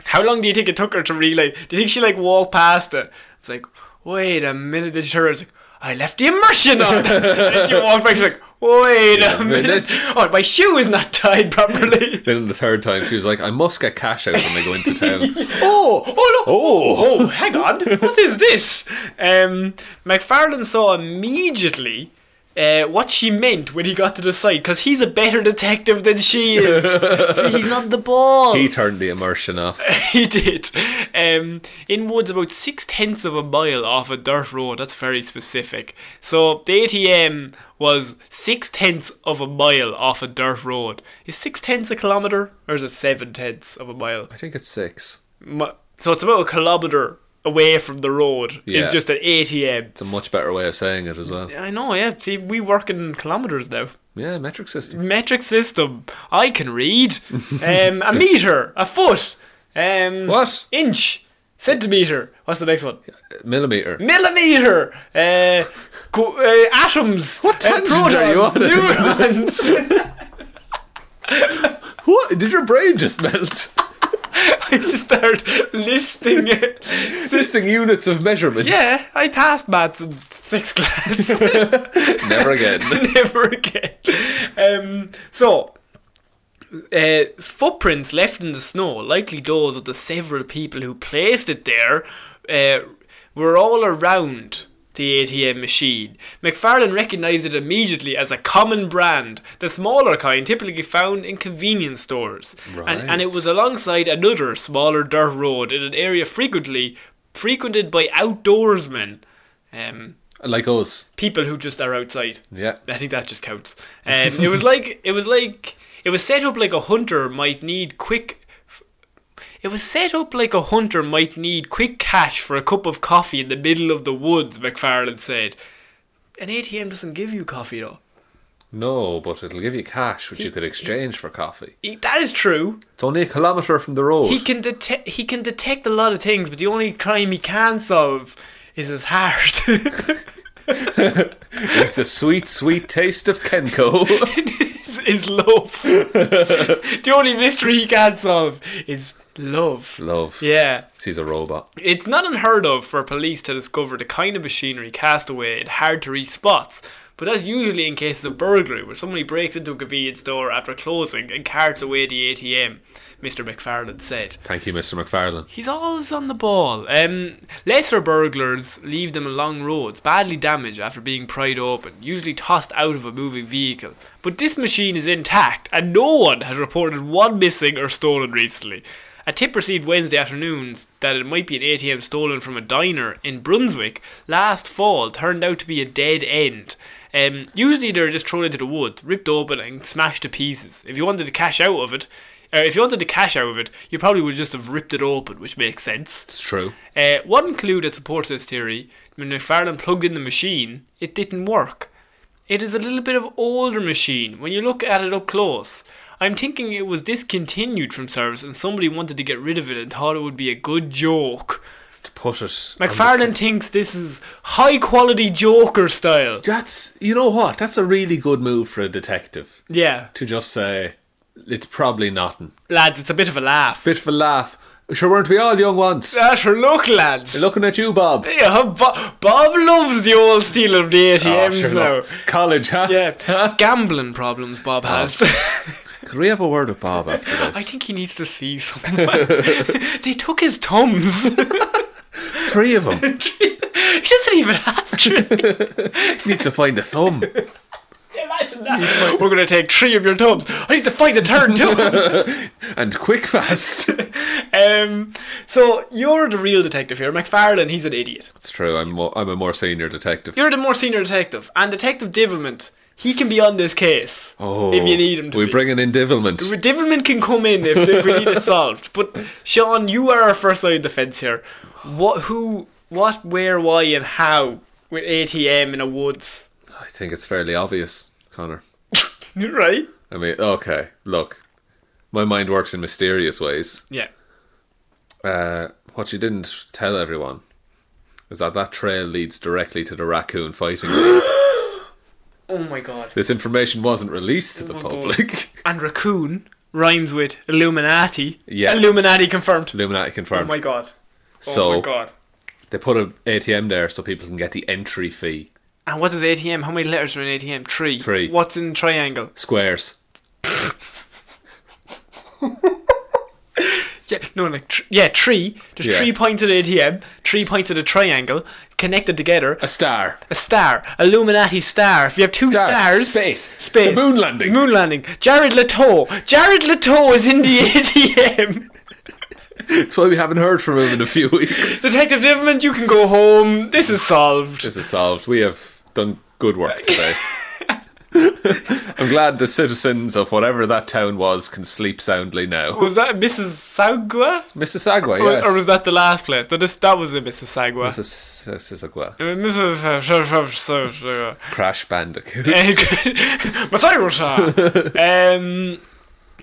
S1: how long do you think it took her to realize? Do you think she like walked past it? It's like, wait a minute. Then she turned. It's like, I left the immersion on. and then she walked back. She's like, wait a,
S2: a
S1: minute.
S2: minute.
S1: Oh, my shoe is not tied properly.
S2: then the third time, she was like, I must get cash out when I go into town. oh, oh, no. oh,
S1: oh, hang on, what is this? Um, McFarlane saw immediately uh, what she meant when he got to the site because he's a better detective than she is. so he's on the ball.
S2: He turned the immersion off.
S1: He did. Um, in woods about six tenths of a mile off a dirt road. That's very specific. So the ATM was six tenths of a mile off a dirt road. Is six tenths a kilometer or is it seven tenths of a mile?
S2: I think it's six.
S1: mu- so it's about a kilometer away from the road
S2: Yeah.
S1: It's just an ATM.
S2: It's a much better way of saying it as well.
S1: I know, yeah. See, we work in kilometers now.
S2: Yeah, metric system.
S1: Metric system. I can read. Um, a meter, a foot. Um,
S2: What?
S1: Inch, centimeter. What's the next one?
S2: Millimeter.
S1: Millimeter. Uh, co- uh, atoms. What uh,
S2: tangent are you
S1: protons,
S2: on?
S1: Neurons.
S2: What? Did your brain just melt?
S1: I just start listing it.
S2: Existing units of measurement.
S1: Yeah, I passed maths in sixth class.
S2: Never again.
S1: never again. Um, so, uh, footprints left in the snow, likely those of the several people who placed it there, uh, were all around the ATM machine. McFarlane recognised it immediately as a common brand, the smaller kind typically found in convenience stores. And, and it
S2: Right.
S1: was alongside another smaller dirt road in an area frequently frequented by outdoorsmen. Um,
S2: Like us.
S1: people who just are outside.
S2: Yeah.
S1: I think that just counts. Um, it was like it was like it was set up like a hunter might need quick. It was set up like a hunter might need quick cash for a cup of coffee in the middle of the woods. McFarland said, "An ATM doesn't give you coffee though.
S2: No, but it'll give you cash, which you could exchange for coffee.
S1: He- that is true.
S2: It's only a kilometre from the road.
S1: He can detect he can detect a lot of things, but the only crime he can solve is his heart."
S2: It's the sweet, sweet taste of Kenko.
S1: is, is love. the only mystery he can solve is love.
S2: Love.
S1: Yeah.
S2: He's a robot.
S1: It's not unheard of for police to discover the kind of machinery cast away in hard to reach spots, but that's usually in cases of burglary where somebody breaks into a convenience store after closing and carts away the ATM, Mr. McFarland said.
S2: Thank you, Mr. McFarlane.
S1: He's always on the ball. Um, lesser burglars leave them along roads, badly damaged after being pried open, usually tossed out of a moving vehicle. But this machine is intact, and no one has reported one missing or stolen recently. A tip received Wednesday afternoons that it might be an ATM stolen from a diner in Brunswick last fall turned out to be a dead end. Um, usually they're just thrown into the woods, ripped open and smashed to pieces. If you wanted to cash out of it, uh, if you wanted to cash out of it, you probably would just have ripped it open, which makes sense.
S2: It's true.
S1: Uh, one clue that supports this theory when McFarlane plugged in the machine, it didn't work. It is a little bit of older machine when you look at it up close. I'm thinking it was discontinued from service and somebody wanted to get rid of it and thought it would be a good joke.
S2: To put it. on the-
S1: McFarlane thinks this is high quality Joker style.
S2: That's. You know what? That's a really good move for a detective.
S1: Yeah,
S2: To just say, it's probably nothing.
S1: lads, it's a bit of a laugh.
S2: Bit of a laugh. Sure weren't we all young once?
S1: That's her look, lads.
S2: Looking at you, Bob.
S1: Yeah, Bo- Bob loves the old steel of the
S2: Ah,
S1: ATMs
S2: sure
S1: now.
S2: enough. College, huh? Ah.
S1: Yeah, gambling problems Bob has.
S2: Could we have a word with Bob after this?
S1: I think he needs to see someone. they took his thumbs.
S2: Three of them.
S1: he doesn't even have three.
S2: Need to find a thumb.
S1: Imagine that. We're going to take three of your thumbs. I need to find the turn too.
S2: And quick fast.
S1: um, so you're the real detective here. McFarlane, he's an idiot.
S2: It's true. I'm, mo- I'm a more senior detective.
S1: You're the more senior detective. And Detective Divilment, he can be on this case
S2: Oh,
S1: if you need him to
S2: we
S1: be.
S2: bring an indivlement.
S1: Divilment can come in if, if we need it solved. But Sean, you are our first line of defence here. What, who, what, where, why, and how with ATM in a woods?
S2: I think it's fairly obvious, Connor.
S1: right?
S2: I mean, okay, look, my mind works in mysterious ways.
S1: Yeah.
S2: Uh, what you didn't tell everyone is that that trail leads directly to the raccoon fighting. ring.
S1: Oh my god.
S2: this information wasn't released to the
S1: Oh my God.
S2: public.
S1: And raccoon rhymes with Illuminati.
S2: Yeah.
S1: Illuminati confirmed.
S2: Illuminati
S1: Oh
S2: confirmed.
S1: my god. Oh
S2: so
S1: my god.
S2: they put an ATM there so people can get the entry fee.
S1: And what is ATM? How many letters are in ATM? Three.
S2: Three.
S1: What's in triangle?
S2: Squares.
S1: Yeah, no, like tr- yeah, three. There's
S2: Yeah.
S1: three points at ATM, three points at a triangle, connected together.
S2: A star.
S1: A star, Illuminati star. If you have two
S2: Star.
S1: stars,
S2: Space.
S1: space,
S2: The moon landing.
S1: moon landing. Jared Leto, Jared Leto is in the ATM.
S2: That's why we haven't heard from him in a few weeks.
S1: Detective Liverman, you can go home. This is solved.
S2: This is solved. We have done good work today. I'm glad the citizens of whatever that town was can sleep soundly now.
S1: Was that Mrs. Sagua?
S2: Mississauga,
S1: Or-
S2: yes.
S1: Or was that the last place? That is, that was a Mrs. Sagua.
S2: Mississauga.
S1: Uh, Mrs.
S2: Crash Bandicoot.
S1: Masai Um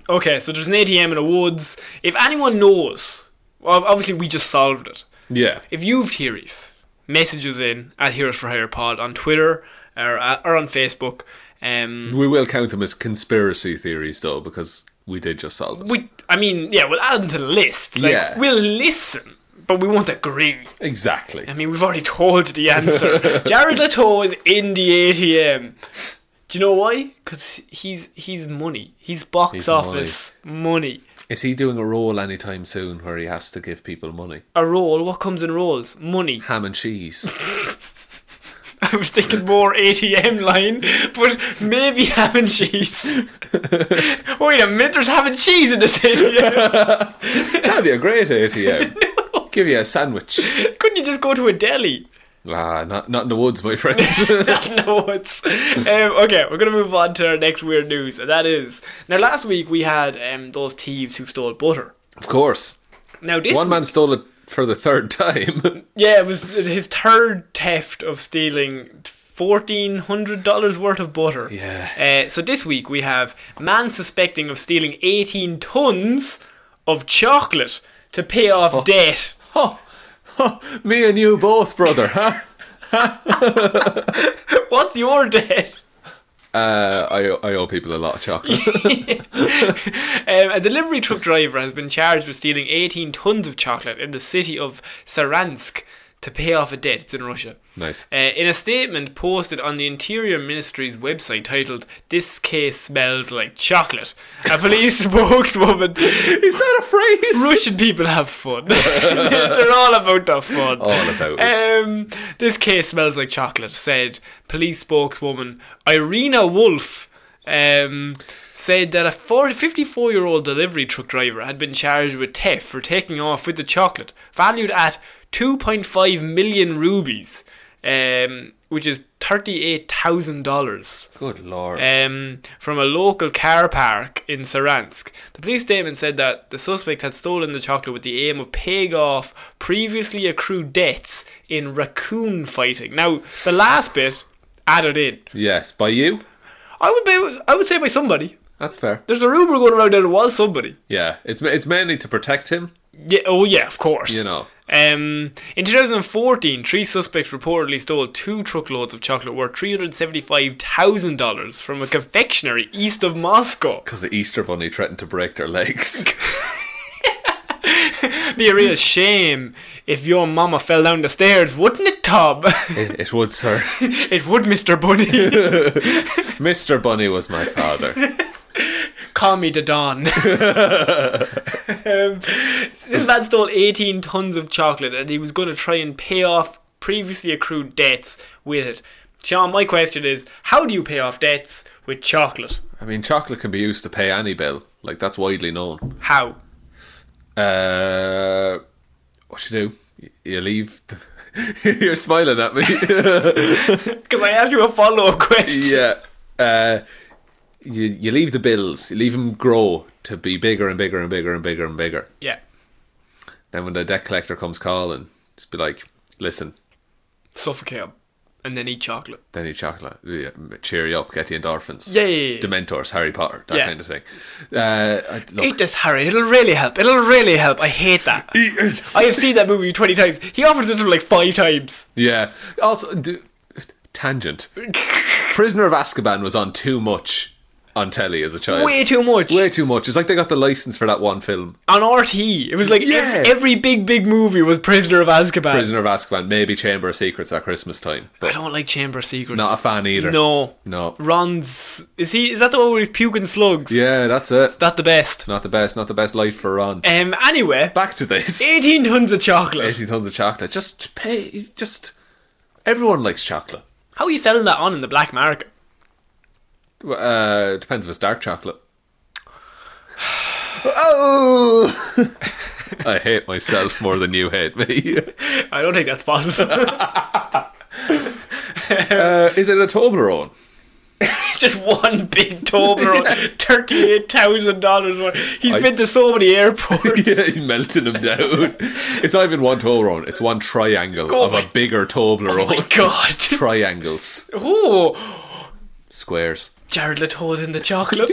S1: Okay, so there's an ATM in the woods. If anyone knows, well, obviously we just solved it.
S2: Yeah.
S1: If you've theories, messages in at Heroes for Hire Pod on Twitter or, uh, or on Facebook. Um,
S2: We will count them as conspiracy theories, though, because we did just solve it.
S1: we, I mean, yeah, we'll add them to the list. Like,
S2: Yeah.
S1: We'll listen, but we won't agree.
S2: Exactly.
S1: I mean, we've already told you the answer. Jared Leto is in the ATM. Do Do you know why? Because he's he's money. He's box
S2: He's money.
S1: office money.
S2: Is he doing a role anytime soon where he has to give people money?
S1: A roll. What comes in rolls? Money.
S2: Ham and cheese.
S1: I was thinking more ATM line, but maybe ham and cheese. Wait a minute, there's ham and cheese in this ATM.
S2: That'd be a great ATM. Give you a sandwich.
S1: Couldn't you just go to a deli?
S2: Ah, not not in the woods, my friend.
S1: no, it's um, okay. We're gonna move on to our next weird news, and that is now. Last week we had um, those thieves who stole butter.
S2: of course.
S1: Now this
S2: One man stole it for the third time.
S1: Yeah, it was his third theft of stealing fourteen hundred dollars worth of butter.
S2: Yeah.
S1: Uh, so this week we have man suspecting of stealing eighteen tons of chocolate to pay off debt.
S2: oh, oh, me and you both, brother, huh?
S1: What's your debt?
S2: Uh, I, I owe people a lot of chocolate.
S1: Um, a delivery truck driver has been charged with stealing 18 tons of chocolate in the city of Saransk to pay off a debt. It's in Russia.
S2: nice.
S1: Uh, in a statement posted on the Interior Ministry's website titled, This Case Smells Like Chocolate, a police spokeswoman.
S2: Is that a phrase?
S1: Russian people have fun. They're all about the fun.
S2: All about it.
S1: Um, this case smells like chocolate, said police spokeswoman Irina Wolf. Um, said that a 54 year old delivery truck driver had been charged with theft for taking off with the chocolate, valued at 2.5 million rubies, um, which is $38,000
S2: Good lord.
S1: um, from a local car park in Saransk. The police statement said that the suspect had stolen the chocolate with the aim of paying off previously accrued debts in raccoon fighting. Now, the last bit added in.
S2: yes, by you.
S1: I would be, I would say by somebody.
S2: That's fair.
S1: There's a rumor going around that it was somebody.
S2: Yeah, it's ma- it's mainly to protect him.
S1: Yeah. Oh, yeah. Of course.
S2: You know.
S1: Um, in 2014, three suspects reportedly stole two truckloads of chocolate worth $375,000 from a confectionery east of Moscow.
S2: Because the Easter Bunny threatened to break their legs.
S1: be a real shame if your mama fell down the stairs, wouldn't it, Tom?
S2: it, it would, sir.
S1: it would, Mr. Bunny.
S2: Mr. Bunny was my father.
S1: Call me the Don. um, this man stole 18 tons of chocolate and he was going to try and pay off previously accrued debts with it. Sean, my question is how do you pay off debts with chocolate?
S2: I mean, chocolate can be used to pay any bill. Like, that's widely known.
S1: How?
S2: Uh, what you do? Y- You leave. The- You're smiling at me.
S1: Because I asked you a follow up question.
S2: yeah. Uh, you, you leave the bills, you leave them grow to be bigger and bigger and bigger and bigger and bigger.
S1: Yeah.
S2: Then when the debt collector comes calling, just be like, listen,
S1: Suffocate him and then eat chocolate.
S2: then eat chocolate, yeah, cheer you up, get the endorphins.
S1: Yeah, yeah, yeah.
S2: Dementors, Harry Potter, that
S1: Yeah.
S2: kind of thing. Uh, I- look,
S1: Eat this, Harry. It'll really help. It'll really help. I hate that.
S2: Eat it.
S1: I have seen that movie 20 times. He offers it to him like five times.
S2: Yeah. Also, d- tangent. Prisoner of Azkaban was on too much on telly as a child.
S1: Way too much.
S2: Way too much. It's like they got the license for that one film,
S1: On RT, it was like ev-
S2: Yeah.
S1: every big, big movie was Prisoner of Azkaban.
S2: Prisoner of Azkaban, maybe Chamber of Secrets at Christmas time.
S1: I
S2: But
S1: don't like Chamber of Secrets.
S2: not a fan either.
S1: No.
S2: No.
S1: Ron's. Is he. Is that the one with puking slugs?
S2: Yeah, that's it.
S1: That the best.
S2: Not the best, not the best light for Ron.
S1: Um, anyway,
S2: Back to this.
S1: 18 tons of chocolate.
S2: 18 tons of chocolate. Just pay. Just. Everyone likes chocolate.
S1: How are you selling that on in the black market?
S2: Uh, depends if it's dark chocolate. Oh! I hate myself more than you hate me.
S1: I don't think that's possible.
S2: Uh, is it a Toblerone?
S1: Just one big Toblerone, $38,000 worth. He's
S2: I-
S1: been to so many airports.
S2: yeah, he's melting them down. It's not even one Toblerone. It's one triangle
S1: Oh
S2: of
S1: my-
S2: a bigger Toblerone.
S1: Oh my god.
S2: Triangles,
S1: Oh,
S2: squares.
S1: Jared Leto's in the chocolate.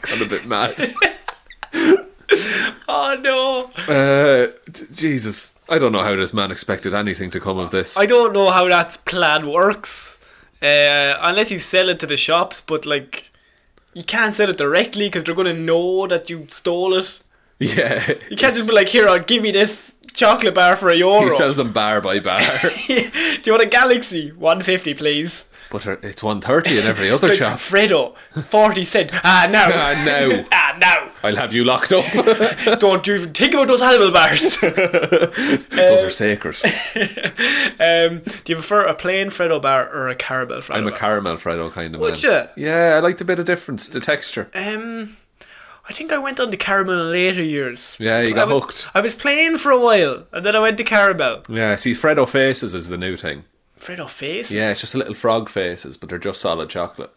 S2: Got a bit mad.
S1: oh no!
S2: Uh, t- Jesus, I don't know how this man expected anything to come of this.
S1: I don't know how that plan works, uh, unless you sell it to the shops. But like, you can't sell it directly because they're gonna know that you stole it.
S2: yeah,
S1: You can't just be like, "Here, I'll give me this chocolate bar for a euro."
S2: he sells them bar by bar.
S1: Do you want a Galaxy? One fifty, please.
S2: But her- it's one thirty in every other shop.
S1: Fredo, 40 cent. Ah, now.
S2: Ah, now.
S1: ah, now.
S2: I'll have you locked up.
S1: Uh, Don't you even think about those animal bars.
S2: Those are sacred.
S1: um, do you prefer a plain Fredo bar or a caramel Fredo
S2: I'm a
S1: bar?
S2: caramel Fredo kind of
S1: Would
S2: man. Yeah, I like the bit of difference, the texture.
S1: Um, I think I went on to caramel in later years.
S2: Yeah, you
S1: I
S2: got
S1: was,
S2: hooked.
S1: I was playing for a while, and then I went to caramel.
S2: Yeah, see, Fredo faces is the new thing.
S1: Fredo face.
S2: Yeah, it's just little frog faces, but they're just solid chocolate.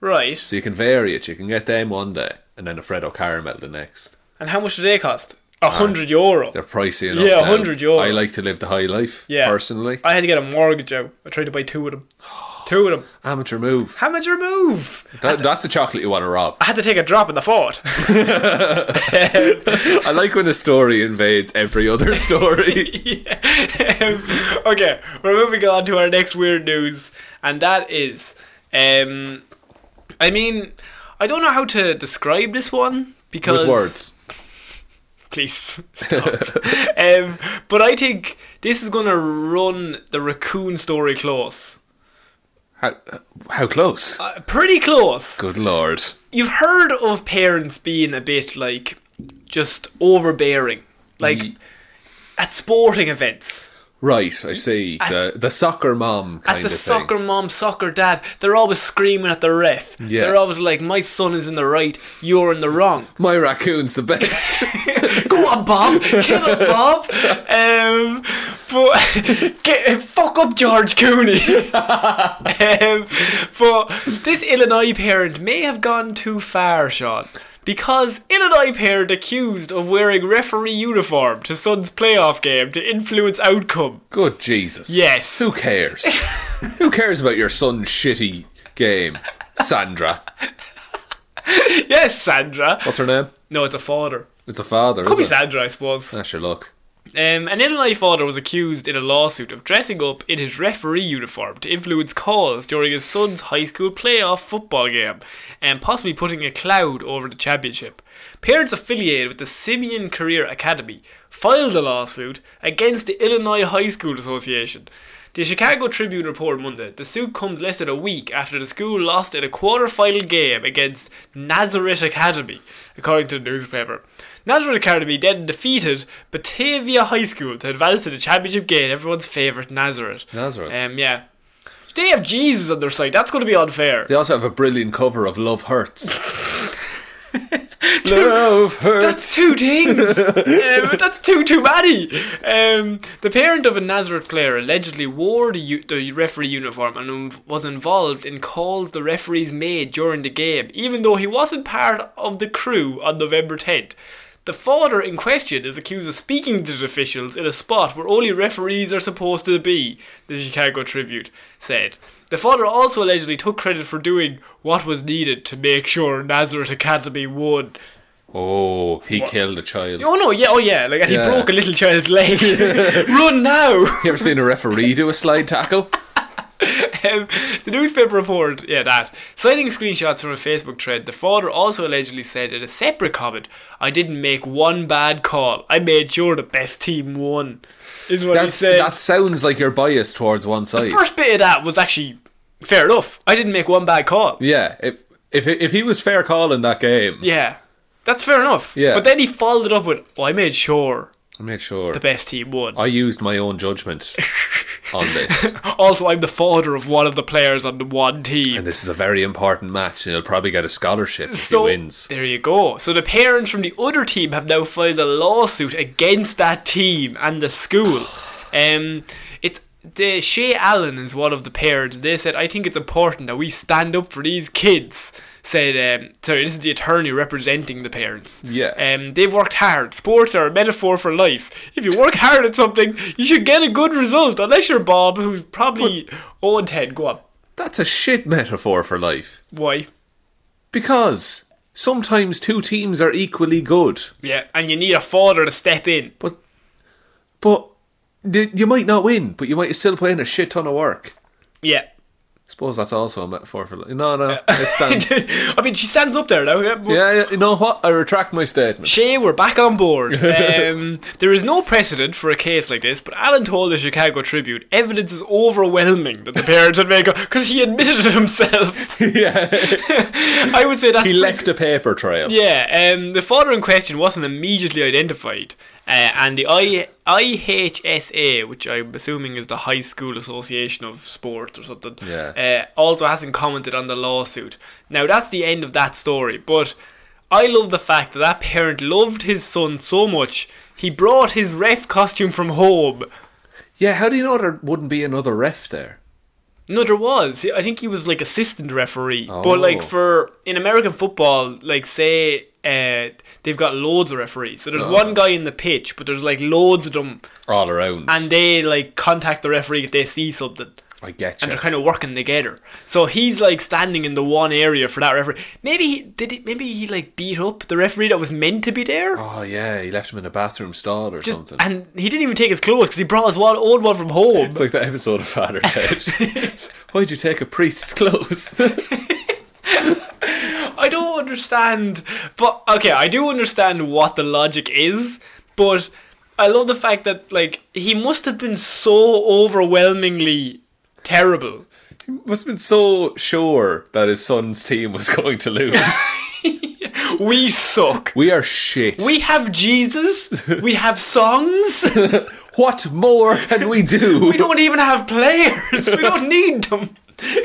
S1: Right.
S2: So you can vary it. You can get them one day, and then a Fredo caramel the next.
S1: And how much do they cost? A hundred euro.
S2: They're pricey enough.
S1: Yeah,
S2: now.
S1: 100 euro.
S2: I like to live the high life.
S1: Yeah.
S2: personally,
S1: I had to get a mortgage out. I tried to buy two of them. Two of them.
S2: amateur move.
S1: How much remove?
S2: That, that's the chocolate you want to rob.
S1: I had to take a drop in the fort.
S2: I like when a story invades every other story.
S1: Um, okay, we're moving on to our next weird news, and that is, um, I mean, I don't know how to describe this one because
S2: With words.
S1: please stop. um, but I think this is gonna run the raccoon story close,
S2: How, how close?
S1: uh, pretty close.
S2: Good lord.
S1: You've heard of parents being a bit like just overbearing, like
S2: Ye-
S1: at sporting events.
S2: Right, I see.
S1: At-
S2: the, the soccer mom kind
S1: at
S2: of
S1: the
S2: thing.
S1: soccer mom, soccer dad, they're always screaming at the ref.
S2: Yeah.
S1: They're always like, "My son is in the right, you're in the wrong."
S2: My raccoon's the best.
S1: Go on, Bob, kill him, Bob. Um, but get, fuck up George Cooney. um, but this Illinois parent may have gone too far, Sean. Because Illinois parent accused of wearing referee uniform to son's playoff game to influence outcome.
S2: Good Jesus.
S1: Yes.
S2: Who cares? Who cares about your son's shitty game? Sandra.
S1: Yes, Sandra.
S2: What's her name?
S1: No, it's a father.
S2: It's a father.
S1: Could be
S2: is it?
S1: Sandra, I suppose.
S2: That's your luck.
S1: Um, an Illinois father was accused in a lawsuit of dressing up in his referee uniform to influence calls during his son's high school playoff football game and possibly putting a cloud over the championship. Parents affiliated with the Simeon Career Academy filed a lawsuit against the Illinois High School Association. The Chicago Tribune reported Monday the suit comes less than a week after the school lost in a quarterfinal game against Nazareth Academy, according to the newspaper. Nazareth Academy then defeated Batavia High School to advance to the championship game. Everyone's favorite Nazareth.
S2: Nazareth.
S1: Um, yeah. They have Jesus on their side. That's going to be unfair.
S2: They also have a brilliant cover of Love Hurts. Love Hurts.
S1: That's two things. um, that's too too many. Um, the parent of a Nazareth player allegedly wore the, u- the referee uniform and inv- was involved in calls the referees made during the game, even though he wasn't part of the crew on November 10th. The father in question is accused of speaking to the officials in a spot where only referees are supposed to be, the Chicago Tribune said. The father also allegedly took credit for doing what was needed to make sure Nazareth Academy won.
S2: oh, he killed a child. You
S1: Oh no, yeah, oh yeah, like and he
S2: Yeah.
S1: broke a little child's leg. Run now!
S2: ever seen a referee do a slide tackle?
S1: Um, the newspaper report, yeah, that. Citing screenshots from a Facebook thread, the father also allegedly said in a separate comment, I didn't make one bad call. I made sure the best team won. Is what he
S2: That's,
S1: said.
S2: that sounds like you're biased towards one
S1: the
S2: side.
S1: first bit of that was actually fair enough. I didn't make one bad call.
S2: Yeah, if, if if he was fair call in that game,
S1: Yeah. That's fair enough.
S2: Yeah.
S1: But then he followed it up with, oh, I made sure
S2: I made sure.
S1: the best team won.
S2: I used my own judgment on this.
S1: also, I'm the father of one of the players on the one team.
S2: And this is a very important match, and he'll probably get a scholarship if
S1: So
S2: he wins.
S1: there you go. So the parents from the other team have now filed a lawsuit against that team and the school. um, it's the Shay Allen is one of the parents. They said, "I think it's important that we stand up for these kids." Said, um, sorry, this is the attorney representing the parents.
S2: Yeah.
S1: Um, they've worked hard. Sports are a metaphor for life. If you work hard at something, you should get a good result. Unless you're Bob, who's probably oh and ten. Go on.
S2: That's a shit metaphor for life.
S1: Why?
S2: Because sometimes two teams are equally good,
S1: Yeah, and you need a father to step in.
S2: but but th- you might not win, but you might still put in a shit ton of work.
S1: Yeah.
S2: suppose that's also a metaphor for. li- No, no, it stands.
S1: I mean, she stands up there now. Yeah, but-
S2: yeah, yeah, you know what? I retract my statement.
S1: Shay, we're back on board. Um, there is no precedent for a case like this, but Allen told the Chicago Tribune evidence is overwhelming that the parents would make up because he admitted it himself.
S2: yeah,
S1: I would say that's
S2: he
S1: pretty-
S2: left a paper trail.
S1: Yeah, um, the father in question wasn't immediately identified, uh, and the I- IHSA, which I'm assuming is the High School Association of Sports or something,
S2: Yeah.
S1: uh, also hasn't commented on the lawsuit. Now, that's the end of that story, but I love the fact that that parent loved his son so much, he brought his ref costume from home.
S2: Yeah, how do you know there wouldn't be another ref there?
S1: No, there was. I think he was like assistant referee. But like
S2: Oh.
S1: for in American football, like say uh, they've got loads of referees. So
S2: Oh.
S1: there's one guy in the pitch, but there's like loads of them,
S2: All around.
S1: and they like contact the referee if they see something.
S2: I get
S1: And
S2: you.
S1: they're kind of working together, so he's like standing in the one area for that referee. Maybe he did. He, maybe he like beat up the referee that was meant to be there.
S2: Oh yeah, he left him in a bathroom stall or
S1: Just-
S2: something.
S1: and he didn't even take his clothes because he brought his one, old one from home.
S2: It's like that episode of Father Ted. Why'd you take a priest's clothes?
S1: I don't understand, but okay, I do understand what the logic is, but I love the fact that like he must have been so overwhelmingly terrible.
S2: Must have been so sure that his son's team was going to lose.
S1: We suck.
S2: we are shit.
S1: We have Jesus. We have songs. We
S2: what more can we do?
S1: don't even have players. We don't need them.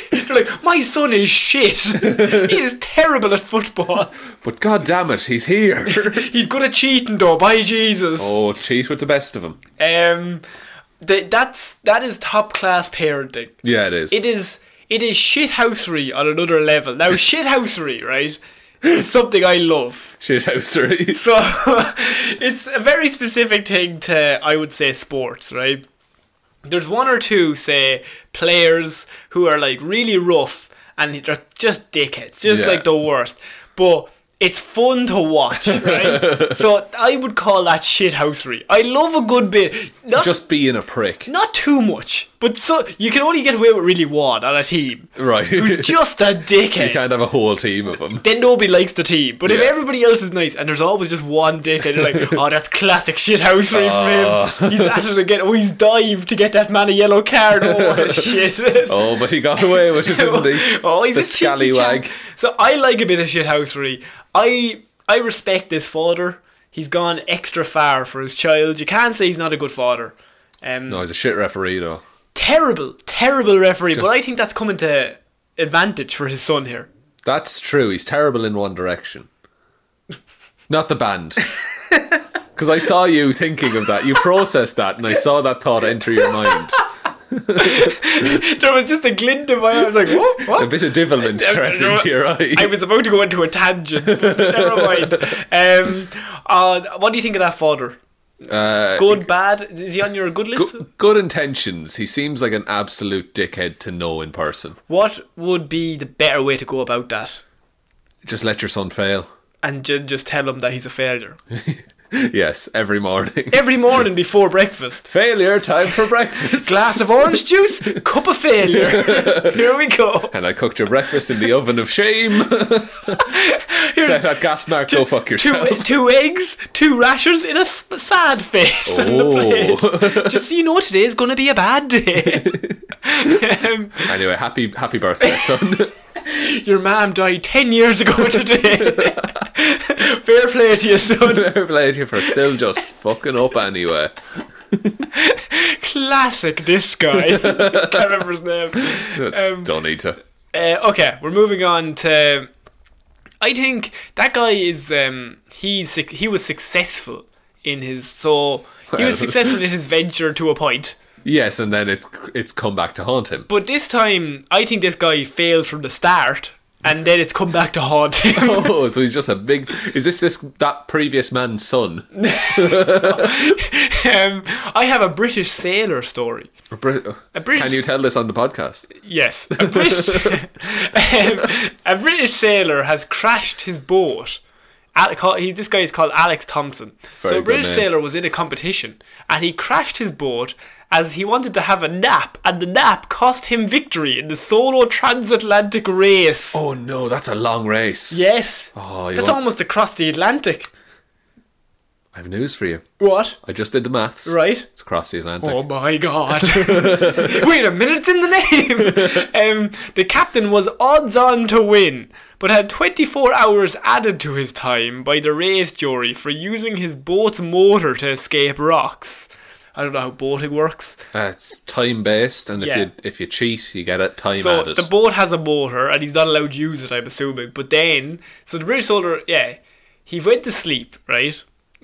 S1: They're like, my son is shit. He is terrible at football.
S2: but god damn it, he's here.
S1: He's good at cheating though, by Jesus.
S2: oh, cheat with the best of him.
S1: Um, th- that's that is top class parenting.
S2: Yeah, it is.
S1: It is it is shithousery on another level. Now shithousery, right? Is something I love.
S2: Shit housery.
S1: So it's a very specific thing to I would say sports, right? There's one or two, say, players who are like really rough and they're just dickheads, just
S2: Yeah.
S1: like the worst. But it's fun to watch, right? so I would call that shithousery. I love a good bit. Not
S2: Just being a prick.
S1: not too much, but so you can only get away with really one on a team
S2: Right.
S1: who's just a
S2: you
S1: dickhead.
S2: can't have a whole team of them.
S1: Then nobody likes the team, but if
S2: Yeah.
S1: everybody else is nice and there's always just one dickhead, you're like, oh, that's classic shithousery
S2: Ah.
S1: from him. He's at it again. Oh, he's dived to get that man a yellow card. Oh, what a shit.
S2: Oh, but he got away with it, didn't he?
S1: Oh, he's
S2: the
S1: a cheeky
S2: scallywag.
S1: chap. So I like a bit of shithousery. I I respect this father. He's gone extra far for his child. You can't say he's not a good father. Um,
S2: No, he's a shit referee though.
S1: terrible, terrible referee. but I think that's coming to advantage for his son here.
S2: That's true. He's terrible in One Direction. Not the band. Because I saw you thinking of that. You processed that, and I saw that thought enter your mind.
S1: there was just a glint in my eye. I was like, what?
S2: A
S1: What?
S2: bit of devilment crept into your eye.
S1: I was about to go into a tangent. but Never mind. Um, uh, what do you think of that father?
S2: Uh,
S1: Good, bad? Is he on your good list?
S2: go- good intentions. He seems like an absolute dickhead to know in person.
S1: What would be the better way to go about that?
S2: Just let your son fail.
S1: And ju- just tell him that he's a failure.
S2: Yes, every morning.
S1: Every morning before breakfast,
S2: Failure time for breakfast.
S1: glass of orange juice, cup of failure. Here we go.
S2: And I cooked your breakfast in the oven of shame. Set that gas mark. Go fuck
S1: two,
S2: yourself.
S1: two eggs, two rashers in a sp- sad face on
S2: Oh.
S1: the plate. Just so you know, today's going to be a bad day. um,
S2: Anyway, happy happy birthday, son.
S1: your mom died 10 years ago today. Fair play to you, son.
S2: Fair play to you for still just fucking up anyway.
S1: Classic this guy. Can't remember his name.
S2: That's
S1: Um,
S2: don't need to.
S1: Uh, okay, we're moving on to. I think that guy is. Um, he's suc- he was successful in his so he
S2: Well.
S1: was successful in his venture to a point.
S2: Yes, and then it's it's come back to haunt him.
S1: But this time, I think this guy failed from the start, and then it's come back to haunt him.
S2: Oh, so he's just a big. Is this this that previous man's son?
S1: um, I have a British sailor story.
S2: A Brit-
S1: A British,
S2: Can you tell this on the podcast?
S1: yes, a British, um, a British sailor has crashed his boat Ale- call- he, this guy is called Alex Thompson. so
S2: Very
S1: a
S2: good
S1: British
S2: name.
S1: sailor was in a competition and he crashed his boat as he wanted to have a nap, and the nap cost him victory in the solo transatlantic race.
S2: Oh no, that's a long race.
S1: Yes,
S2: Oh, you
S1: that's
S2: want-
S1: almost across the Atlantic.
S2: I have news for you.
S1: What?
S2: I just did the maths.
S1: Right.
S2: It's across the Atlantic.
S1: Oh my god. Wait a minute, it's in the name! Um, the captain was odds on to win, but had 24 hours added to his time by the race jury for using his boat's motor to escape rocks. I don't know how boating works.
S2: Uh, it's time based, and if
S1: Yeah.
S2: you if you cheat, you get it time
S1: so
S2: added.
S1: the boat has a motor and he's not allowed to use it, I'm assuming. But then, so the British soldier, yeah, he went to sleep, right?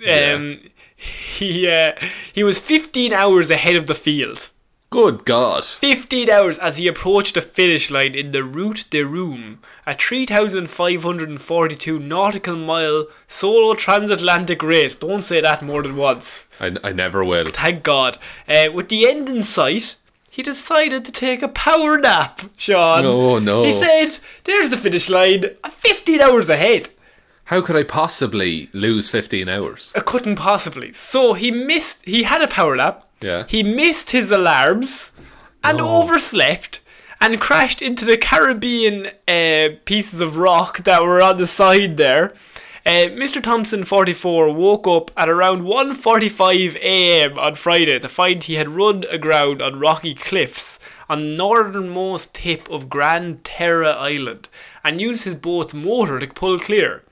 S1: Um, He, uh, he was 15 hours ahead of the field.
S2: Good God!
S1: 15 hours as he approached the finish line in the Route de Rome, a 3,542 nautical mile solo transatlantic race. Don't say that more than once.
S2: I, I never will.
S1: Thank God. Uh, with the end in sight, he decided to take a power nap, Sean.
S2: Oh, no.
S1: He said, There's the finish line, I'm 15 hours ahead.
S2: How could I possibly lose fifteen hours?
S1: I Uh, couldn't possibly. So he missed. He had a power nap.
S2: Yeah.
S1: He missed his alarms, and
S2: No.
S1: overslept, and crashed into the Caribbean uh, pieces of rock that were on the side there. Uh, Mr. Thompson, 44, woke up at around 1.45 a.m. on Friday to find he had run aground on rocky cliffs on the northernmost tip of Grand Terra Island and used his boat's motor to pull clear.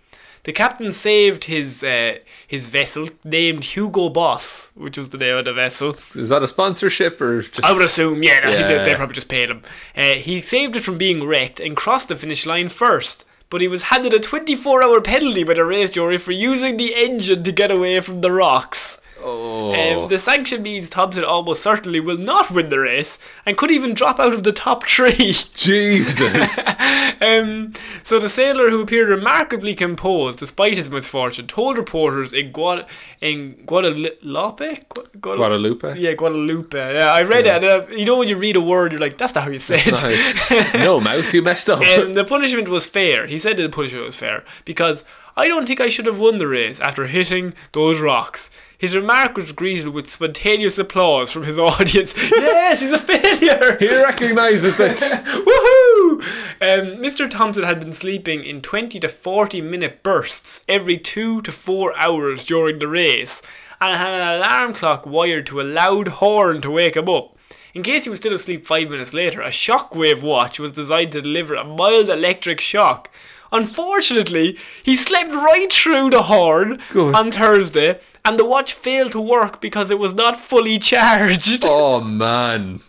S1: The captain saved his uh, his vessel named Hugo Boss, which was the name of the vessel.
S2: Is that a sponsorship or just?
S1: I would assume, yeah, I think
S2: Yeah.
S1: they, they probably just paid him. Uh, he saved it from being wrecked and crossed the finish line first, but he was handed a 24 hour penalty by the race jury for using the engine to get away from the rocks.
S2: oh,
S1: Um, the sanction means Thompson almost certainly will not win the race and could even drop out of the top three.
S2: Jesus!
S1: Um, so the sailor, who appeared remarkably composed despite his misfortune, told reporters in, Gua- in Guadalupe? Gua- Guadalupe?
S2: Guadalupe.
S1: Yeah, Guadalupe. Yeah, I read it. And, uh, you know, when you read a word, you're like, that's not how you say it.
S2: Nice. no mouth, you messed up.
S1: And the punishment was fair. He said that the punishment was fair because I don't think I should have won the race after hitting those rocks. His remark was greeted with spontaneous applause from his audience. yes, he's a failure.
S2: he recognises it.
S1: Woohoo! Um, Mr. Thompson had been sleeping in 20 to 40 minute bursts every two to four hours during the race and had an alarm clock wired to a loud horn to wake him up. In case he was still asleep five minutes later, a shockwave watch was designed to deliver a mild electric shock. Unfortunately, he slept right through the horn
S2: Good.
S1: on Thursday, and the watch failed to work because it was not fully charged.
S2: Oh man!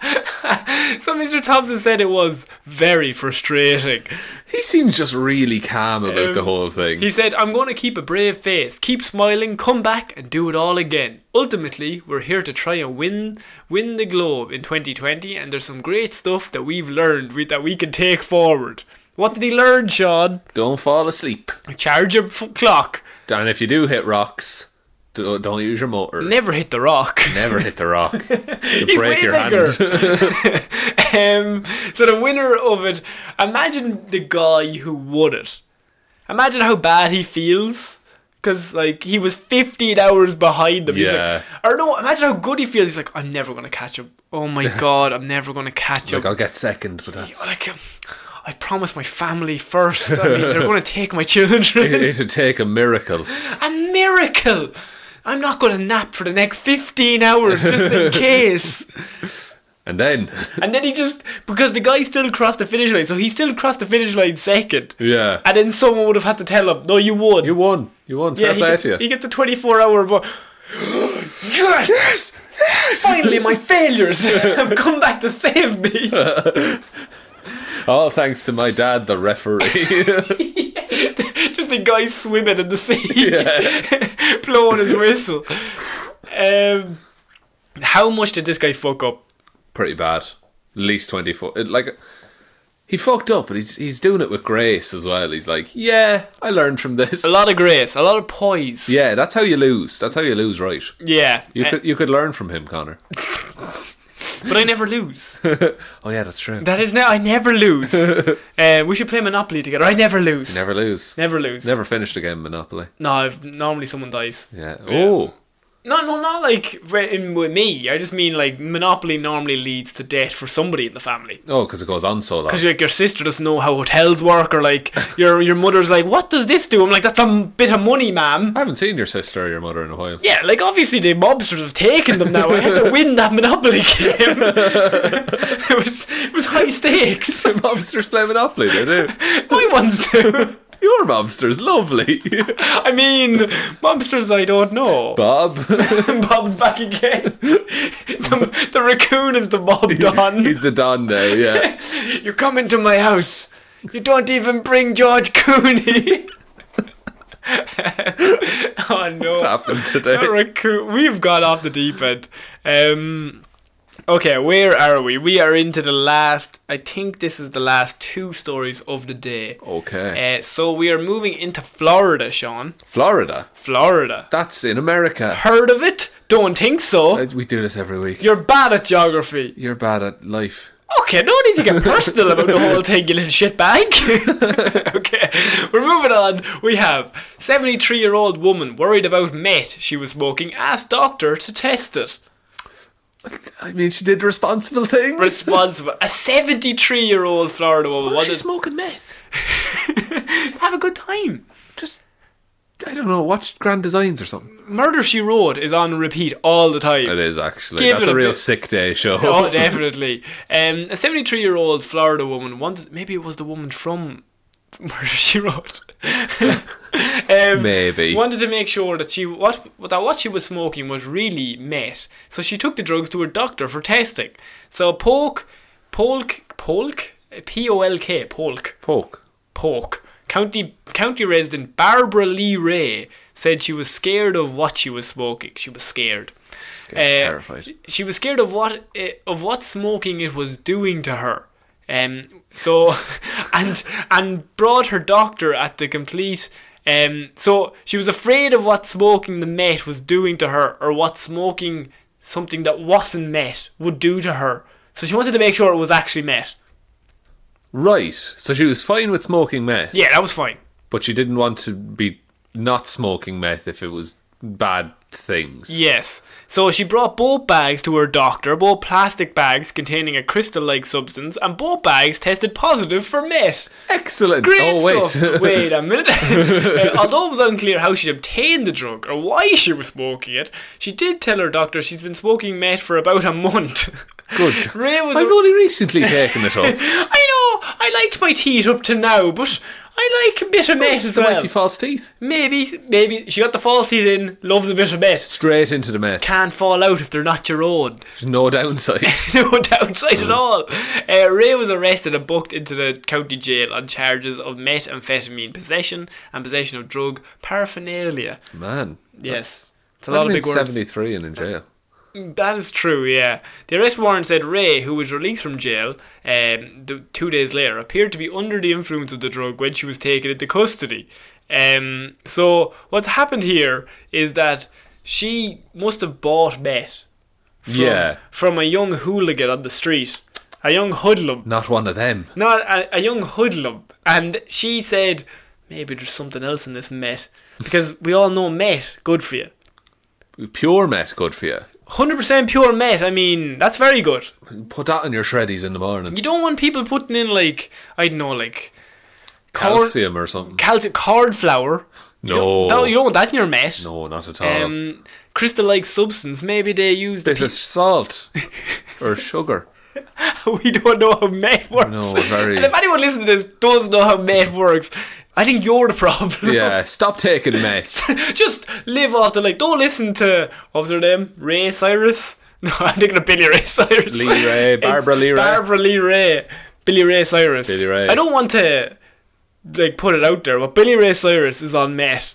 S1: So Mr. Thompson said it was very frustrating.
S2: He seems just really calm about the whole thing.
S1: Um, He said, I'm going to keep a brave face, keep smiling, come back and do it all again. Ultimately, we're here to try and win win the globe in 2020 and there's some great stuff that we've learned we, that we can take forward. What did he learn, Sean?
S2: Don't fall asleep.
S1: Charge your f- clock.
S2: And if you do hit rocks, do- don't use your motor.
S1: Never hit the rock.
S2: Never hit the rock. You
S1: He's
S2: break
S1: way
S2: your
S1: bigger.
S2: hand.
S1: um, so the winner of it, imagine the guy who won it. Imagine how bad he feels. Because, like, he was 15 hours behind them. He's
S2: Yeah.
S1: like, or no, imagine how good he feels. He's like, I'm never going to catch him. Oh my god, I'm never going to catch him.
S2: Like, I'll get second, but that's
S1: Like, um, I promised my family first. I mean, they're going to take my children.
S2: it'd take a miracle.
S1: A miracle! I'm not going to nap for the next 15 hours just in case.
S2: And then,
S1: And then he just because the guy still crossed the finish line, so he still crossed the finish line second.
S2: yeah,
S1: And then someone would have had to tell him, "No, you won."
S2: you won. You won.
S1: yeah,
S2: Fair
S1: he
S2: play
S1: gets,
S2: to you.
S1: he gets a twenty-four hour. Bo- yes! yes, Finally, my failures have come back to save me.
S2: All thanks to my dad, the referee.
S1: just a guy swimming in the sea, blowing his whistle. Um, how much did this guy fuck up?
S2: Pretty bad. At least twenty four. Like. He fucked up, but he's, he's doing it with grace as well. He's like, yeah, I learned from this.
S1: A lot of grace, a lot of poise.
S2: Yeah, that's how you lose. That's how you lose, right?
S1: yeah.
S2: You
S1: Uh,
S2: could you could learn from him, Connor.
S1: but I never lose.
S2: Oh yeah, that's true.
S1: That is now I never lose. uh, we should play Monopoly together. I never lose.
S2: Never lose.
S1: Never lose.
S2: Never finished a game of Monopoly.
S1: No, I've, normally someone dies.
S2: Yeah. Oh.
S1: No, no, not like for- in, with me. I just mean like Monopoly normally leads to death for somebody in the family.
S2: Oh, because it goes on so long.
S1: Because like your sister doesn't know how hotels work, or like your your mother's like, what does this do? I'm like, that's a m- bit of money, ma'am.
S2: I haven't seen your sister or your mother in a while.
S1: Yeah, like obviously the mobsters have taken them now. I had to win that Monopoly game. it was it was high stakes.
S2: Your mobsters play Monopoly, they do.
S1: My ones do.
S2: Your mobster's lovely.
S1: I mean, mobsters I don't know.
S2: Bob.
S1: Bob's back again. the, the raccoon is the mob don.
S2: He's the Don now, yeah.
S1: You come into my house. You don't even bring George Cooney. oh no!
S2: What's happened today?
S1: That raccoon- We've got off the deep end. Um, okay, where are we? We are into the last. I think this is the last two stories of the day.
S2: Okay.
S1: Uh, so we are moving into Florida, Sean.
S2: Florida.
S1: Florida.
S2: That's in America.
S1: Heard of it? Don't think so.
S2: Uh, We do this every week.
S1: You're bad at geography.
S2: You're bad at life.
S1: Okay, no need to get personal about the whole thing, you little shitbag. okay, we're moving on. We have 73 year old woman worried about meth she was smoking asked doctor to test it.
S2: I mean, she did responsible things.
S1: Responsible. A 73 year old Florida woman.
S2: She's
S1: wanted-
S2: smoking meth.
S1: have a good time.
S2: Just, I don't know, watch Grand Designs or something.
S1: Murder She Wrote is on repeat all the time.
S2: It is actually.
S1: Give
S2: That's
S1: it
S2: a
S1: a
S2: real
S1: bit.
S2: sick day show.
S1: Oh, definitely. Um, a 73 year old Florida woman wanted. Maybe it was the woman from Murder She Wrote. um,
S2: Maybe.
S1: wanted to make sure that she what that what she was smoking was really meth. So she took the drugs to her doctor for testing. So Polk, Polk, Polk, P O L K, Polk,
S2: Poke.
S1: Polk. County county resident Barbara Lee Ray said she was scared of what she was smoking. She was scared.
S2: Scared,
S1: Uh,
S2: terrified.
S1: she- She was scared of what uh, of what smoking it was doing to her. Um, so and and brought her doctor at the complete. Um, so she was afraid of what smoking the meth was doing to her, or what smoking something that wasn't meth would do to her. So she wanted to make sure it was actually meth.
S2: Right. So she was fine with smoking meth,
S1: Yeah, that was fine.
S2: but she didn't want to be not smoking meth if it was bad things.
S1: Yes. So she brought both bags to her doctor, both plastic bags containing a crystal-like substance, and both bags tested positive for meth.
S2: Excellent.
S1: Great
S2: oh wait.
S1: stuff. Wait a minute. Uh, although it was unclear how she obtained the drug or why she was smoking it, she did tell her doctor she's been smoking meth for about a month.
S2: Good.
S1: Ray was.
S2: I've only recently taken it up.
S1: I know. I liked my teeth up to now, but I like a bit
S2: Oh,
S1: of meth as
S2: There might
S1: well.
S2: be false teeth.
S1: Maybe, maybe she got the false teeth in. Loves a bit of meth.
S2: Straight into the meth.
S1: Can't fall out if they're not your own.
S2: There's no downside.
S1: no downside at all. Uh, Ray was arrested and booked into the county jail on charges of methamphetamine possession and possession of drug paraphernalia.
S2: Man.
S1: Yes. It's a lot
S2: I've
S1: of
S2: been
S1: big words.
S2: 73 and in jail.
S1: That is true, yeah. The arrest warrant said Ray, who was released from jail um, the, two days later, appeared to be under the influence of the drug when she was taken into custody. Um, so, what's happened here is that she must have bought meth from,
S2: Yeah.
S1: from a young hooligan on the street, a young hoodlum
S2: Not one of them.
S1: not a, a young hoodlum, and she said maybe there's something else in this met because we all know met good for you.
S2: Pure meth, good for you.
S1: Hundred percent pure met. I mean, that's very good.
S2: Put that on your shreddies in the morning.
S1: You don't want people putting in like I don't know, like corn,
S2: Calcium or something.
S1: calcium, cardflower. You don't,
S2: No.
S1: that- you don't want that in your met.
S2: No, not at all.
S1: Um, crystal-like substance. Maybe they used.
S2: Bit of salt or sugar.
S1: we don't know how meth works.
S2: No, very-
S1: And if anyone listening to this does know how meth works, I think you're the problem.
S2: Yeah, stop taking meth.
S1: just live off the like. Don't listen to what was her name, Ray Cyrus. No, I'm thinking of Billy Ray Cyrus.
S2: Lee Ray,
S1: It's
S2: Barbara Lee Ray.
S1: Barbara Lee Ray, Billy Ray Cyrus.
S2: Billy Ray.
S1: I don't want to like put it out there, but Billy Ray Cyrus is on meth.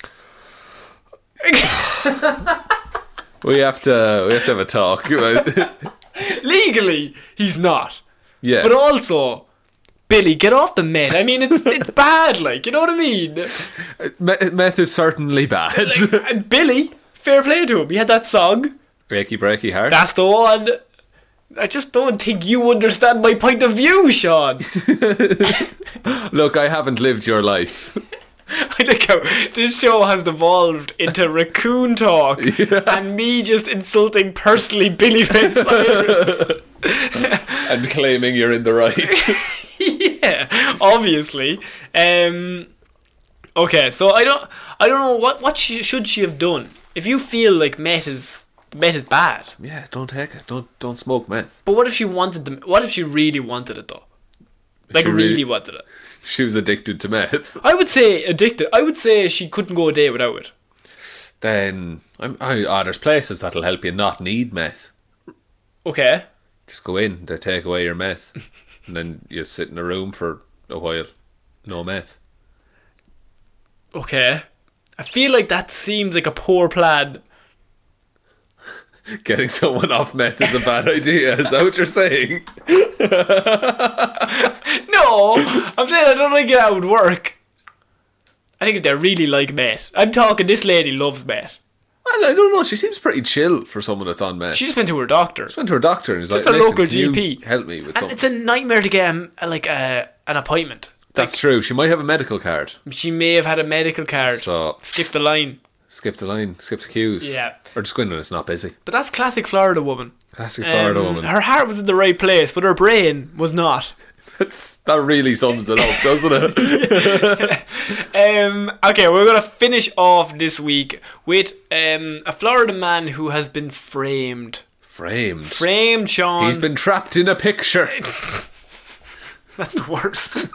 S2: We have to we have to have a talk.
S1: Legally, he's not,
S2: yeah.
S1: but also. Billy, get off the meth. I mean, it's it's bad, like you know what I mean.
S2: Me- meth is certainly bad.
S1: And Billy, fair play to him. He had that song.
S2: Breaky breaky heart.
S1: That's the one. I just don't think you understand my point of view, Sean.
S2: Look, I haven't lived your life.
S1: I think how this show has devolved into raccoon talk and me just insulting personally Billy Fitz Cyrus.
S2: and claiming you're in the right.
S1: yeah, obviously. Um, okay, so I don't, I don't know what what she, should she have done. If you feel like meth is meth is bad,
S2: yeah, don't take it. Don't don't smoke meth.
S1: but what if she wanted the? What if she really wanted it though? Like
S2: she
S1: really,
S2: really-
S1: wanted it.
S2: She was addicted to meth.
S1: I would say addicted. I would say she couldn't go a day without it.
S2: Then I'm, I, ah, there's places that'll help you not need meth.
S1: Okay.
S2: Just go in, they take away your meth, and then you sit in a room for a while, no meth.
S1: Okay. I feel like that seems like a poor plan.
S2: Getting someone off meth is a bad idea. Is that what you're saying?
S1: No, I'm saying I don't think that would work. I think if they really like meth, I'm talking. This lady loves meth.
S2: Well, I don't know. She seems pretty chill for someone that's on meth.
S1: She
S2: She
S1: just went to her doctor.
S2: went to her doctor and was
S1: Just
S2: like,
S1: a
S2: "Listen,
S1: local
S2: can you
S1: GP.
S2: help me with
S1: And
S2: something."
S1: it's a nightmare to get um, like uh, an appointment.
S2: That's true. She might have a medical card.
S1: She may have had a medical card.
S2: So-
S1: skip the line.
S2: Skip the line, skip the queues.
S1: Yeah.
S2: Or just go in when it's not busy.
S1: But that's classic Florida woman.
S2: Classic Florida
S1: Um,
S2: woman.
S1: Her heart was in the right place, but her brain was not.
S2: That's, that really sums it up, doesn't it?
S1: Um, okay, we're gonna finish off this week with um, a Florida man who has been framed.
S2: Framed.
S1: Framed, Sean.
S2: He's been trapped in a picture.
S1: That's the worst.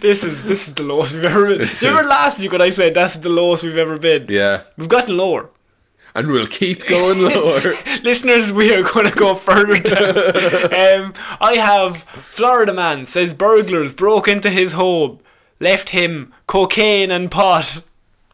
S1: this is this is the lowest we've ever been.
S2: This
S1: Do you remember
S2: is-
S1: last week when I said that's the lowest we've ever been?
S2: Yeah.
S1: We've gotten lower.
S2: And we'll keep going lower.
S1: Listeners, we are going to go further down. um, I have Florida man says burglars broke into his home, left him cocaine and pot.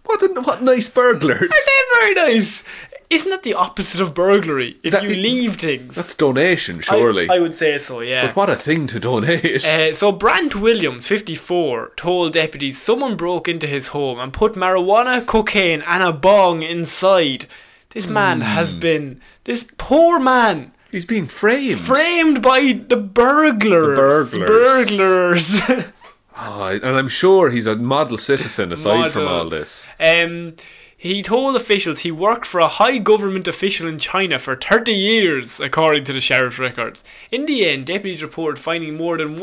S2: what, a, what nice burglars.
S1: Isn't that very nice? Isn't that the opposite of burglary? If
S2: That-
S1: you leave things,
S2: That's donation,
S1: I-
S2: surely.
S1: I, would say so. Yeah.
S2: But what a thing to donate.
S1: Uh, so Brant Williams, 54, told deputies someone broke into his home and put marijuana, cocaine, and a bong inside. This man has been this poor man
S2: He's being framed.
S1: framed by the burglars.
S2: Hmm. The
S1: burglars.
S2: Oh, and I'm sure he's a model citizen aside from
S1: Model.
S2: all this.
S1: um, he told officials he worked for a high government official in China for 30 years, according to the sheriff's records. In the end, deputies reported finding more than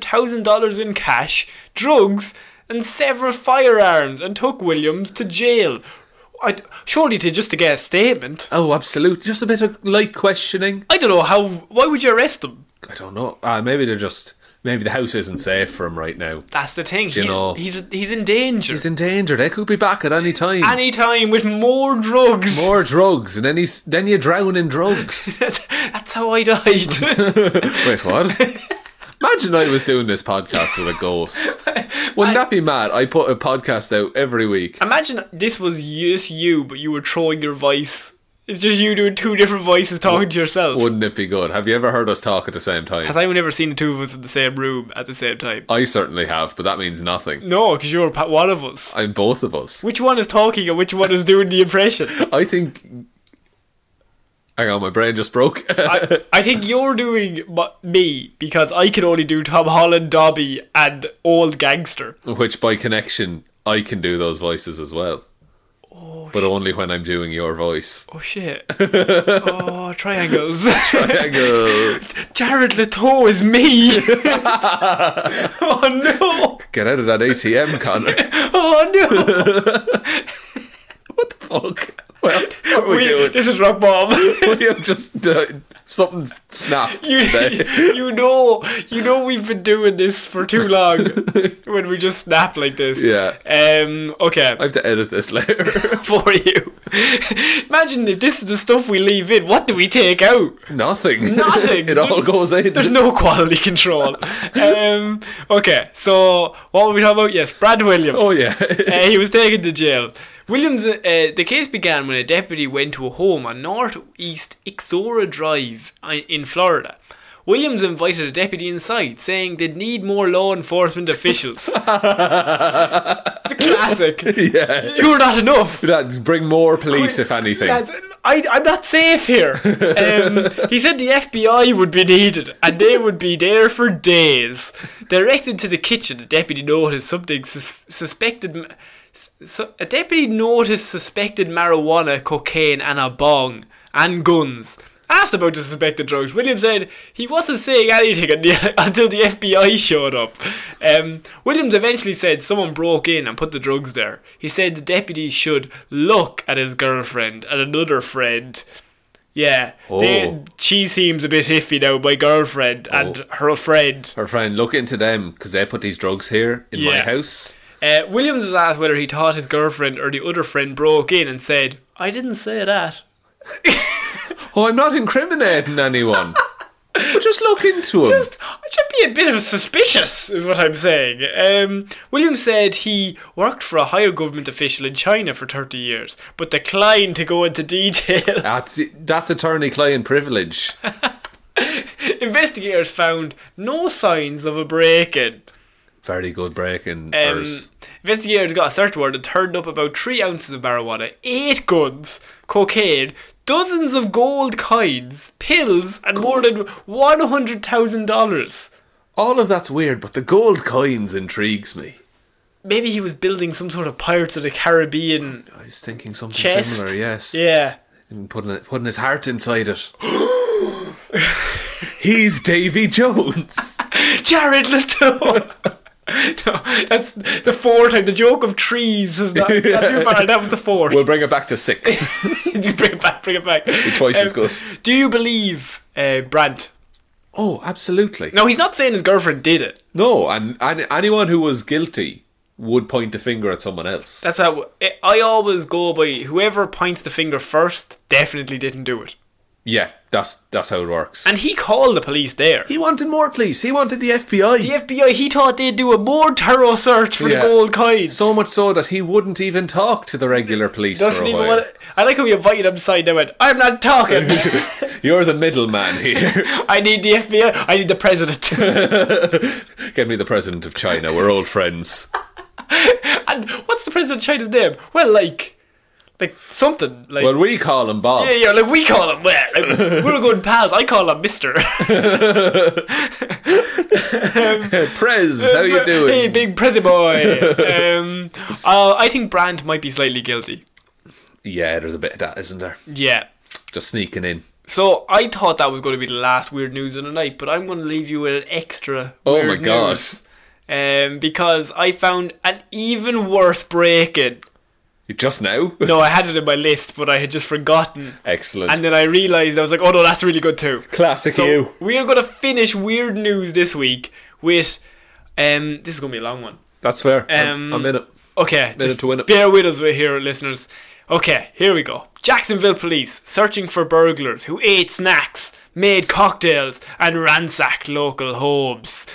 S1: $100,000 in cash, drugs, and several firearms, and took Williams to jail. I, surely to just to get a statement.
S2: Oh, absolute. Just a bit of light questioning.
S1: I don't know how. Why would you arrest him?
S2: I don't know. Uh, maybe they're just. Maybe the house isn't safe for him right now.
S1: That's the thing.
S2: you
S1: He's,
S2: know-
S1: he's he's in danger.
S2: He's in danger. They could be back at any time.
S1: any time with more drugs.
S2: More drugs, and then he's then you drown in drugs.
S1: That's, that's how I died.
S2: Wait, what? Imagine I was doing this podcast with a ghost. Wouldn't that be mad? I put a podcast out every week.
S1: Imagine this was just you, but you were throwing your voice. It's just you doing two different voices talking to yourself.
S2: Wouldn't it be good? Have you ever heard us talk at the same time?
S1: Has anyone ever seen the two of us in the same room at the same time?
S2: I certainly have, but that means nothing.
S1: No, because you're pa- one of us.
S2: I'm both of us.
S1: Which one is talking and which one is doing the impression?
S2: I think. Hang on, my brain just broke.
S1: I, I think you're doing my, me because I can only do Tom Holland, Dobby, and Old Gangster.
S2: Which, by connection, I can do those voices as well. but only when I'm doing your voice.
S1: Oh shit. oh, triangles.
S2: Triangle.
S1: Jared Leto is me. oh no!
S2: Get out of that ATM, Connor.
S1: Oh no!
S2: Fuck. Well, what are we,
S1: We-
S2: doing?
S1: this is rock bomb.
S2: We have just uh, something snapped
S1: you,
S2: today.
S1: you know, you know we've been doing this for too long when we just snap like this.
S2: Yeah.
S1: Um. Okay.
S2: I have to edit this later.
S1: for you. Imagine if this is the stuff we leave in. What do we take out?
S2: Nothing.
S1: Nothing.
S2: it all goes in.
S1: There's no quality control. um. Okay. So what were we talking about? Yes, Brad Williams.
S2: Oh, yeah.
S1: Uh, he was taken to jail. Williams, uh, the case began when a deputy went to a home on northeast Ixora Drive i- in uh, Florida. Williams invited a deputy inside, saying they'd need more law enforcement officials. the classic.
S2: yeah.
S1: You're not enough.
S2: That, bring more police, if anything.
S1: Lads, I, I'm not safe here. Um, he said the FBI would be needed and they would be there for days. Directed to the kitchen, the deputy noticed something sus- suspected. m- s- su- a deputy noticed suspected marijuana, cocaine, and a bong and guns. Asked about the suspected drugs, William said he wasn't saying anything un- until the FBI showed up. Um, Williams eventually said someone broke in and put the drugs there. He said the deputy should look at his girlfriend and another friend. Yeah, they,
S2: Oh.
S1: she seems a bit iffy now, my girlfriend and her friend.
S2: Her friend, look into them because they put these drugs here in my
S1: Yeah.
S2: house.
S1: Uh, Williams was asked whether he thought his girlfriend or the other friend broke in and said, I didn't say that.
S2: Oh, I'm not incriminating anyone. Just look into them.
S1: Just- I should be a bit of suspicious, is what I'm saying. Um, Williams said he worked for a higher government official in China for 30 years, but declined to go into detail.
S2: That's that's attorney-client privilege.
S1: Investigators found no signs of a break in.
S2: Very good break in
S1: Um,
S2: ours.
S1: investigators got a search warrant and turned up about three ounces of marijuana, eight guns, cocaine, dozens of gold coins, pills, and more than one hundred thousand dollars.
S2: All of that's weird, but the gold coins intrigues me.
S1: Maybe he was building some sort of Pirates of the Caribbean
S2: I was thinking something
S1: chest.
S2: similar. Yes,
S1: Yeah.
S2: And putting it, putting his heart inside it. He's Davy Jones.
S1: Jared Leto. no, that's the fourth time. The joke of trees has not it's not too far. That was the fourth.
S2: We'll bring it back to six.
S1: bring it back. Bring it back. Um,
S2: twice as good.
S1: Do you believe uh, Brad?
S2: oh, absolutely.
S1: No, he's not saying his girlfriend did it.
S2: No, and, and anyone who was guilty would point the finger at someone else.
S1: That's how I- I always go by whoever points the finger first definitely didn't do it.
S2: yeah, that's that's how it works.
S1: And he called the police there.
S2: he wanted more police. He wanted the FBI.
S1: the FBI, he thought they'd do a more thorough search for
S2: Yeah.
S1: the gold coins.
S2: so much so that he wouldn't even talk to the regular police
S1: Doesn't
S2: for a
S1: even
S2: while.
S1: want I like how he invited him aside and went, I'm not talking.
S2: You're the middleman here.
S1: I need the FBI. I need the president.
S2: Get me the president of China. We're old friends.
S1: and what's the president of China's name? Well, like, like something. Like,
S2: Well, we call him Bob.
S1: yeah, yeah, like we call him. Well, like, we're good pals. I call him Mister.
S2: Prez, how you doing?
S1: hey, big prezi boy. um, uh, I think Brand might be slightly guilty.
S2: Yeah, there's a bit of that, isn't there?
S1: Yeah.
S2: Just sneaking in.
S1: So I thought that was going to be the last weird news of the night, but I'm going to leave you with an extra.
S2: Oh
S1: weird
S2: my God.
S1: news, Um, because I found an even worse break-in.
S2: Just now?
S1: No, I had it in my list, but I had just forgotten.
S2: Excellent.
S1: And then I realized I was like, oh no, that's really good too.
S2: Classic
S1: So
S2: you.
S1: we are gonna finish weird news this week with um this is gonna be a long one.
S2: That's fair.
S1: Um,
S2: I'm, I'm in it.
S1: Okay, just
S2: to win it.
S1: bear with us right here, listeners. Okay, here we go. Jacksonville police searching for burglars who ate snacks, made cocktails, and ransacked local homes.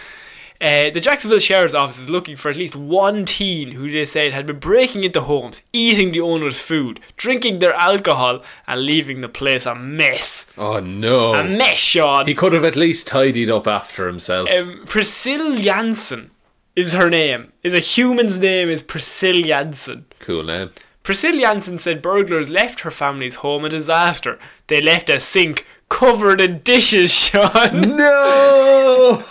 S1: Uh, the Jacksonville Sheriff's Office is looking for at least one teen who they said had been breaking into homes, eating the owner's food, drinking their alcohol, and leaving the place a mess.
S2: Oh, no.
S1: A mess, Sean.
S2: he could have at least tidied up after himself.
S1: um, Priscilla Jansen is her name. Is a human's name is Priscilla Jansen.
S2: cool name.
S1: Priscilla Jansen said burglars left her family's home a disaster. They left a sink covered in dishes, Sean.
S2: No!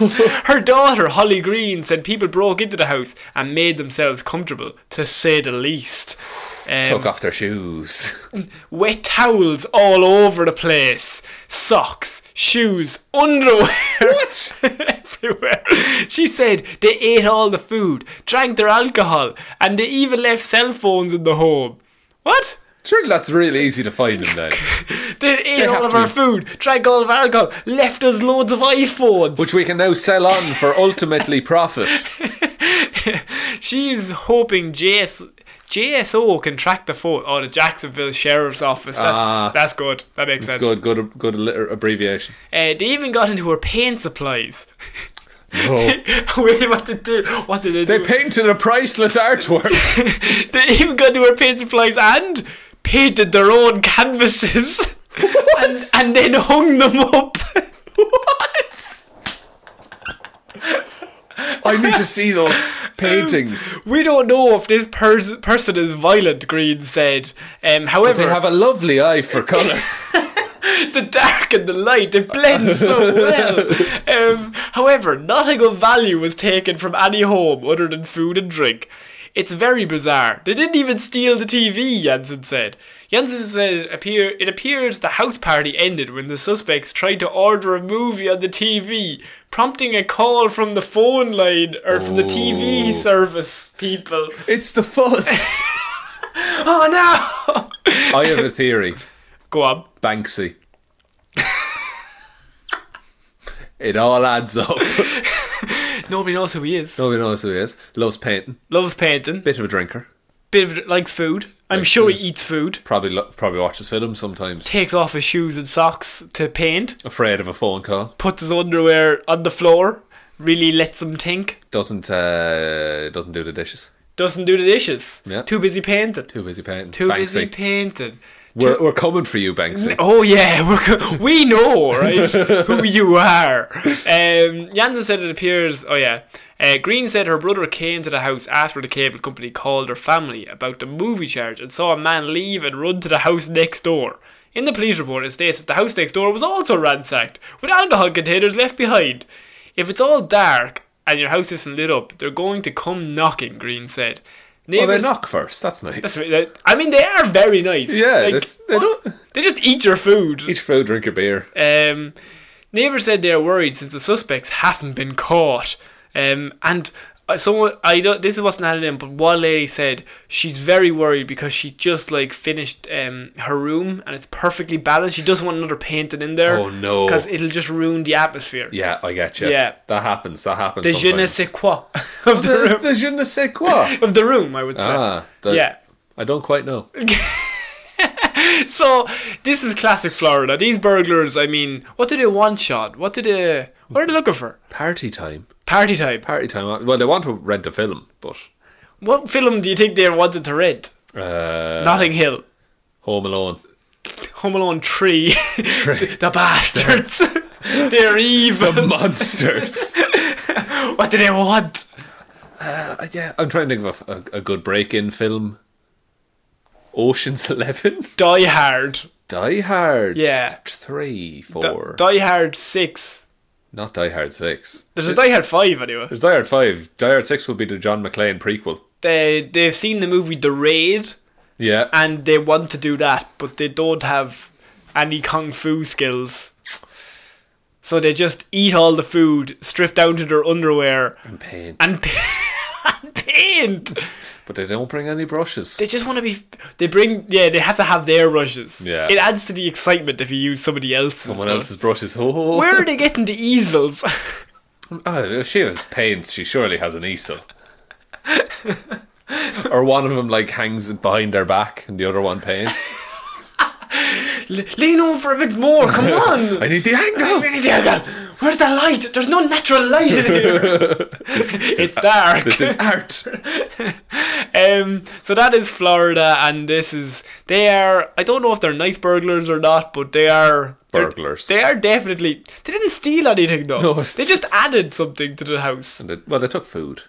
S1: Her daughter, Holly Green, said people broke into the house and made themselves comfortable, to say the least. Um,
S2: Took off their shoes.
S1: wet towels all over the place, socks, shoes, underwear.
S2: What?
S1: everywhere. She said they ate all the food, drank their alcohol, and they even left cell phones in the home. What?
S2: Surely that's really easy to find him now.
S1: They ate
S2: They
S1: all of
S2: have
S1: our
S2: to.
S1: food, drank all of our alcohol, left us loads of iPhones.
S2: Which we can now sell on for ultimately profit.
S1: She's hoping JS, JSO can track the phone. Oh, the Jacksonville Sheriff's Office. That's,
S2: Ah.
S1: that's good. That makes sense.
S2: Good, good, good alliter- abbreviation.
S1: Uh, they even got into her paint supplies.
S2: No.
S1: Wait, what did they, what did they,
S2: They
S1: do?
S2: painted a priceless artwork.
S1: they even got to her paint supplies and painted their own canvases and, and then hung them up. what?
S2: I need to see those paintings.
S1: We don't know if this pers- person is violent, Green said. Um,
S2: They
S1: however,
S2: have a lovely eye for colour.
S1: the dark and the light, it blends so well. Um, however, nothing of value was taken from any home other than food and drink. It's very bizarre. They didn't even steal the TV, Janssen said. Janssen says appear it appears the house party ended when the suspects tried to order a movie on the TV, prompting a call from the phone line or from the TV
S2: Ooh.
S1: service people.
S2: It's the fuzz.
S1: Oh no!
S2: I have a theory.
S1: Go on.
S2: Banksy. it all adds up.
S1: Nobody knows who he is.
S2: Nobody knows who he is. Loves painting.
S1: Loves painting.
S2: Bit of a drinker.
S1: bit of likes food. I'm
S2: Likes
S1: sure
S2: food.
S1: he eats food.
S2: Probably lo- probably watches films sometimes.
S1: Takes off his shoes and socks to paint.
S2: Afraid of a phone call.
S1: Puts his underwear on the floor. Really lets him think.
S2: Doesn't uh, doesn't do the dishes.
S1: Doesn't do the dishes.
S2: Yeah.
S1: Too busy painting.
S2: Too busy painting.
S1: Too
S2: Banksy.
S1: busy painting.
S2: We're, we're coming for you, Banksy.
S1: Oh yeah, we're co- we know right who you are. Um, Jansen said it appears. Oh yeah, uh, Green said her brother came to the house after the cable company called her family about the movie charge and saw a man leave and run to the house next door. In the police report, it states that the house next door was also ransacked with alcohol containers left behind. If it's all dark and your house isn't lit up, they're going to come knocking. Green said.
S2: Well, they
S1: Neighbors,
S2: knock first. That's nice.
S1: I mean, they are very nice.
S2: Yeah,
S1: Like,
S2: that's- they don't
S1: they just eat your food.
S2: each food, drink your beer.
S1: Um, Neighbour said they're worried since the suspects haven't been caught. Um, and uh, someone, I don't, this wasn't added in, but one lady said she's very worried because she just like finished um, her room and it's perfectly balanced. She doesn't want another painting in there.
S2: Oh, no.
S1: Because it'll just ruin the atmosphere.
S2: Yeah, I get you.
S1: Yeah.
S2: that happens. That happens.
S1: the je ne
S2: sometimes.
S1: sais quoi of the
S2: the,
S1: room.
S2: the je ne sais quoi.
S1: Of the room, I would say.
S2: Ah, the-
S1: yeah.
S2: I don't quite know.
S1: So this is classic Florida. These burglars, I mean, what do they want shot? What do they? What are they looking for?
S2: Party time.
S1: Party type.
S2: Party time. Uh, Well, they want to rent a film, but
S1: What film do you think they wanted to rent?
S2: uh,
S1: Notting Hill,
S2: Home Alone.
S1: Home Alone 3, the, the bastards. They're evil.
S2: Monsters.
S1: what do they want?
S2: Uh, yeah, I'm trying to think of a, a, a good break-in film. Ocean's Eleven,
S1: Die Hard.
S2: Die Hard.
S1: Yeah.
S2: three,
S1: D-
S2: four.
S1: Die Hard 6.
S2: Not Die Hard six.
S1: There's a Die Hard 5 anyway.
S2: There's Die Hard five. Die Hard six will be the John McClane prequel.
S1: They, they've seen the movie The Raid
S2: Yeah,
S1: and they want to do that, but they don't have any kung fu skills. So they just eat all the food, strip down to their underwear,
S2: and paint.
S1: and, and paint.
S2: But they don't bring any brushes.
S1: They just want to be. They bring. Yeah, they have to have their rushes.
S2: Yeah.
S1: It adds to the excitement if you use somebody else's.
S2: Someone
S1: though.
S2: else's brushes. Oh,
S1: Where are they getting the easels?
S2: Oh, if she has paints, she surely has an easel. or one of them like hangs it behind her back, and the other one paints.
S1: Le- lean over a bit more. Come on.
S2: I need the angle.
S1: Where's the light? There's no natural light in here. it's dark.
S2: This is art.
S1: Um, so that is Florida, and this is they are. I don't know if they're nice burglars or not, but they are they're-
S2: Burglars.
S1: They are definitely. They didn't steal anything though.
S2: No.
S1: They just added something to the house,
S2: And they- well, they took food,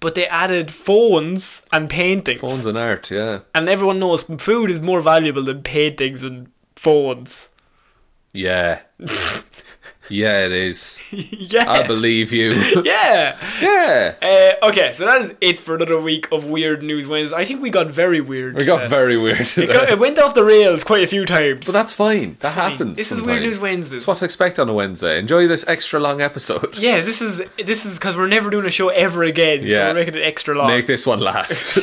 S1: but they added phones and paintings.
S2: phones, and art. Yeah,
S1: And everyone knows food is more valuable than paintings and phones.
S2: yeah, yeah. It is. I
S1: yeah.
S2: believe you.
S1: Yeah.
S2: yeah,
S1: Uh, okay, so that is it for another week of Weird News Wednesday. I think we got very weird. Uh,
S2: we got very weird.
S1: it, got, it went off the rails quite a few times.
S2: But that's fine. That happens.
S1: This is
S2: sometimes.
S1: Weird News Wednesday.
S2: It's what to expect on a Wednesday. Enjoy this extra long episode.
S1: Yeah, this is this is because we're never doing a show ever again.
S2: Yeah.
S1: So we're making it extra long.
S2: Make this one last.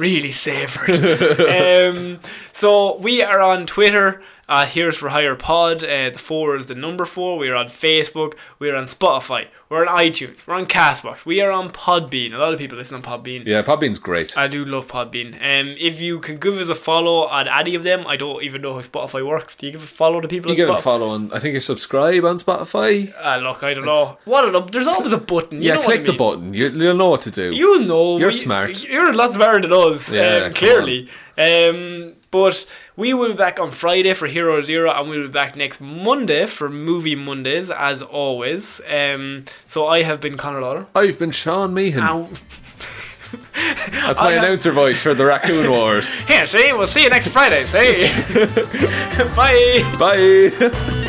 S1: really savoured. um, so we are on Twitter. Uh, here's for higher pod. Uh, the four is the number four. We are on Facebook. We are on Spotify. We're on iTunes. We're on Castbox. We are on Podbean. A lot of people listen on Podbean.
S2: yeah, Podbean's great.
S1: I do love Podbean. Um, if you could give us a follow on any of them, I don't even know how Spotify works. Do you give a follow to people?
S2: You
S1: on
S2: give it a
S1: Spotify?
S2: follow on. I think you subscribe on Spotify.
S1: Uh, look, I don't know. What an up. There's always a button. You
S2: yeah,
S1: know
S2: click
S1: what I
S2: the
S1: mean.
S2: button. You, you'll know what to do.
S1: You know,
S2: You're
S1: we-
S2: smart.
S1: You're a lot smarter than us.
S2: Yeah,
S1: um,
S2: come
S1: clearly. Um, But we will be back on Friday for Hero Zero, and we'll be back next Monday for Movie Mondays, as always. Um, so I have been Conor Lawler.
S2: I've been Sean Meehan.
S1: Ow.
S2: Hmm. That's my
S1: I have-
S2: announcer voice for the Raccoon Wars.
S1: Here, see, we'll see you next Friday. See, bye.
S2: Bye.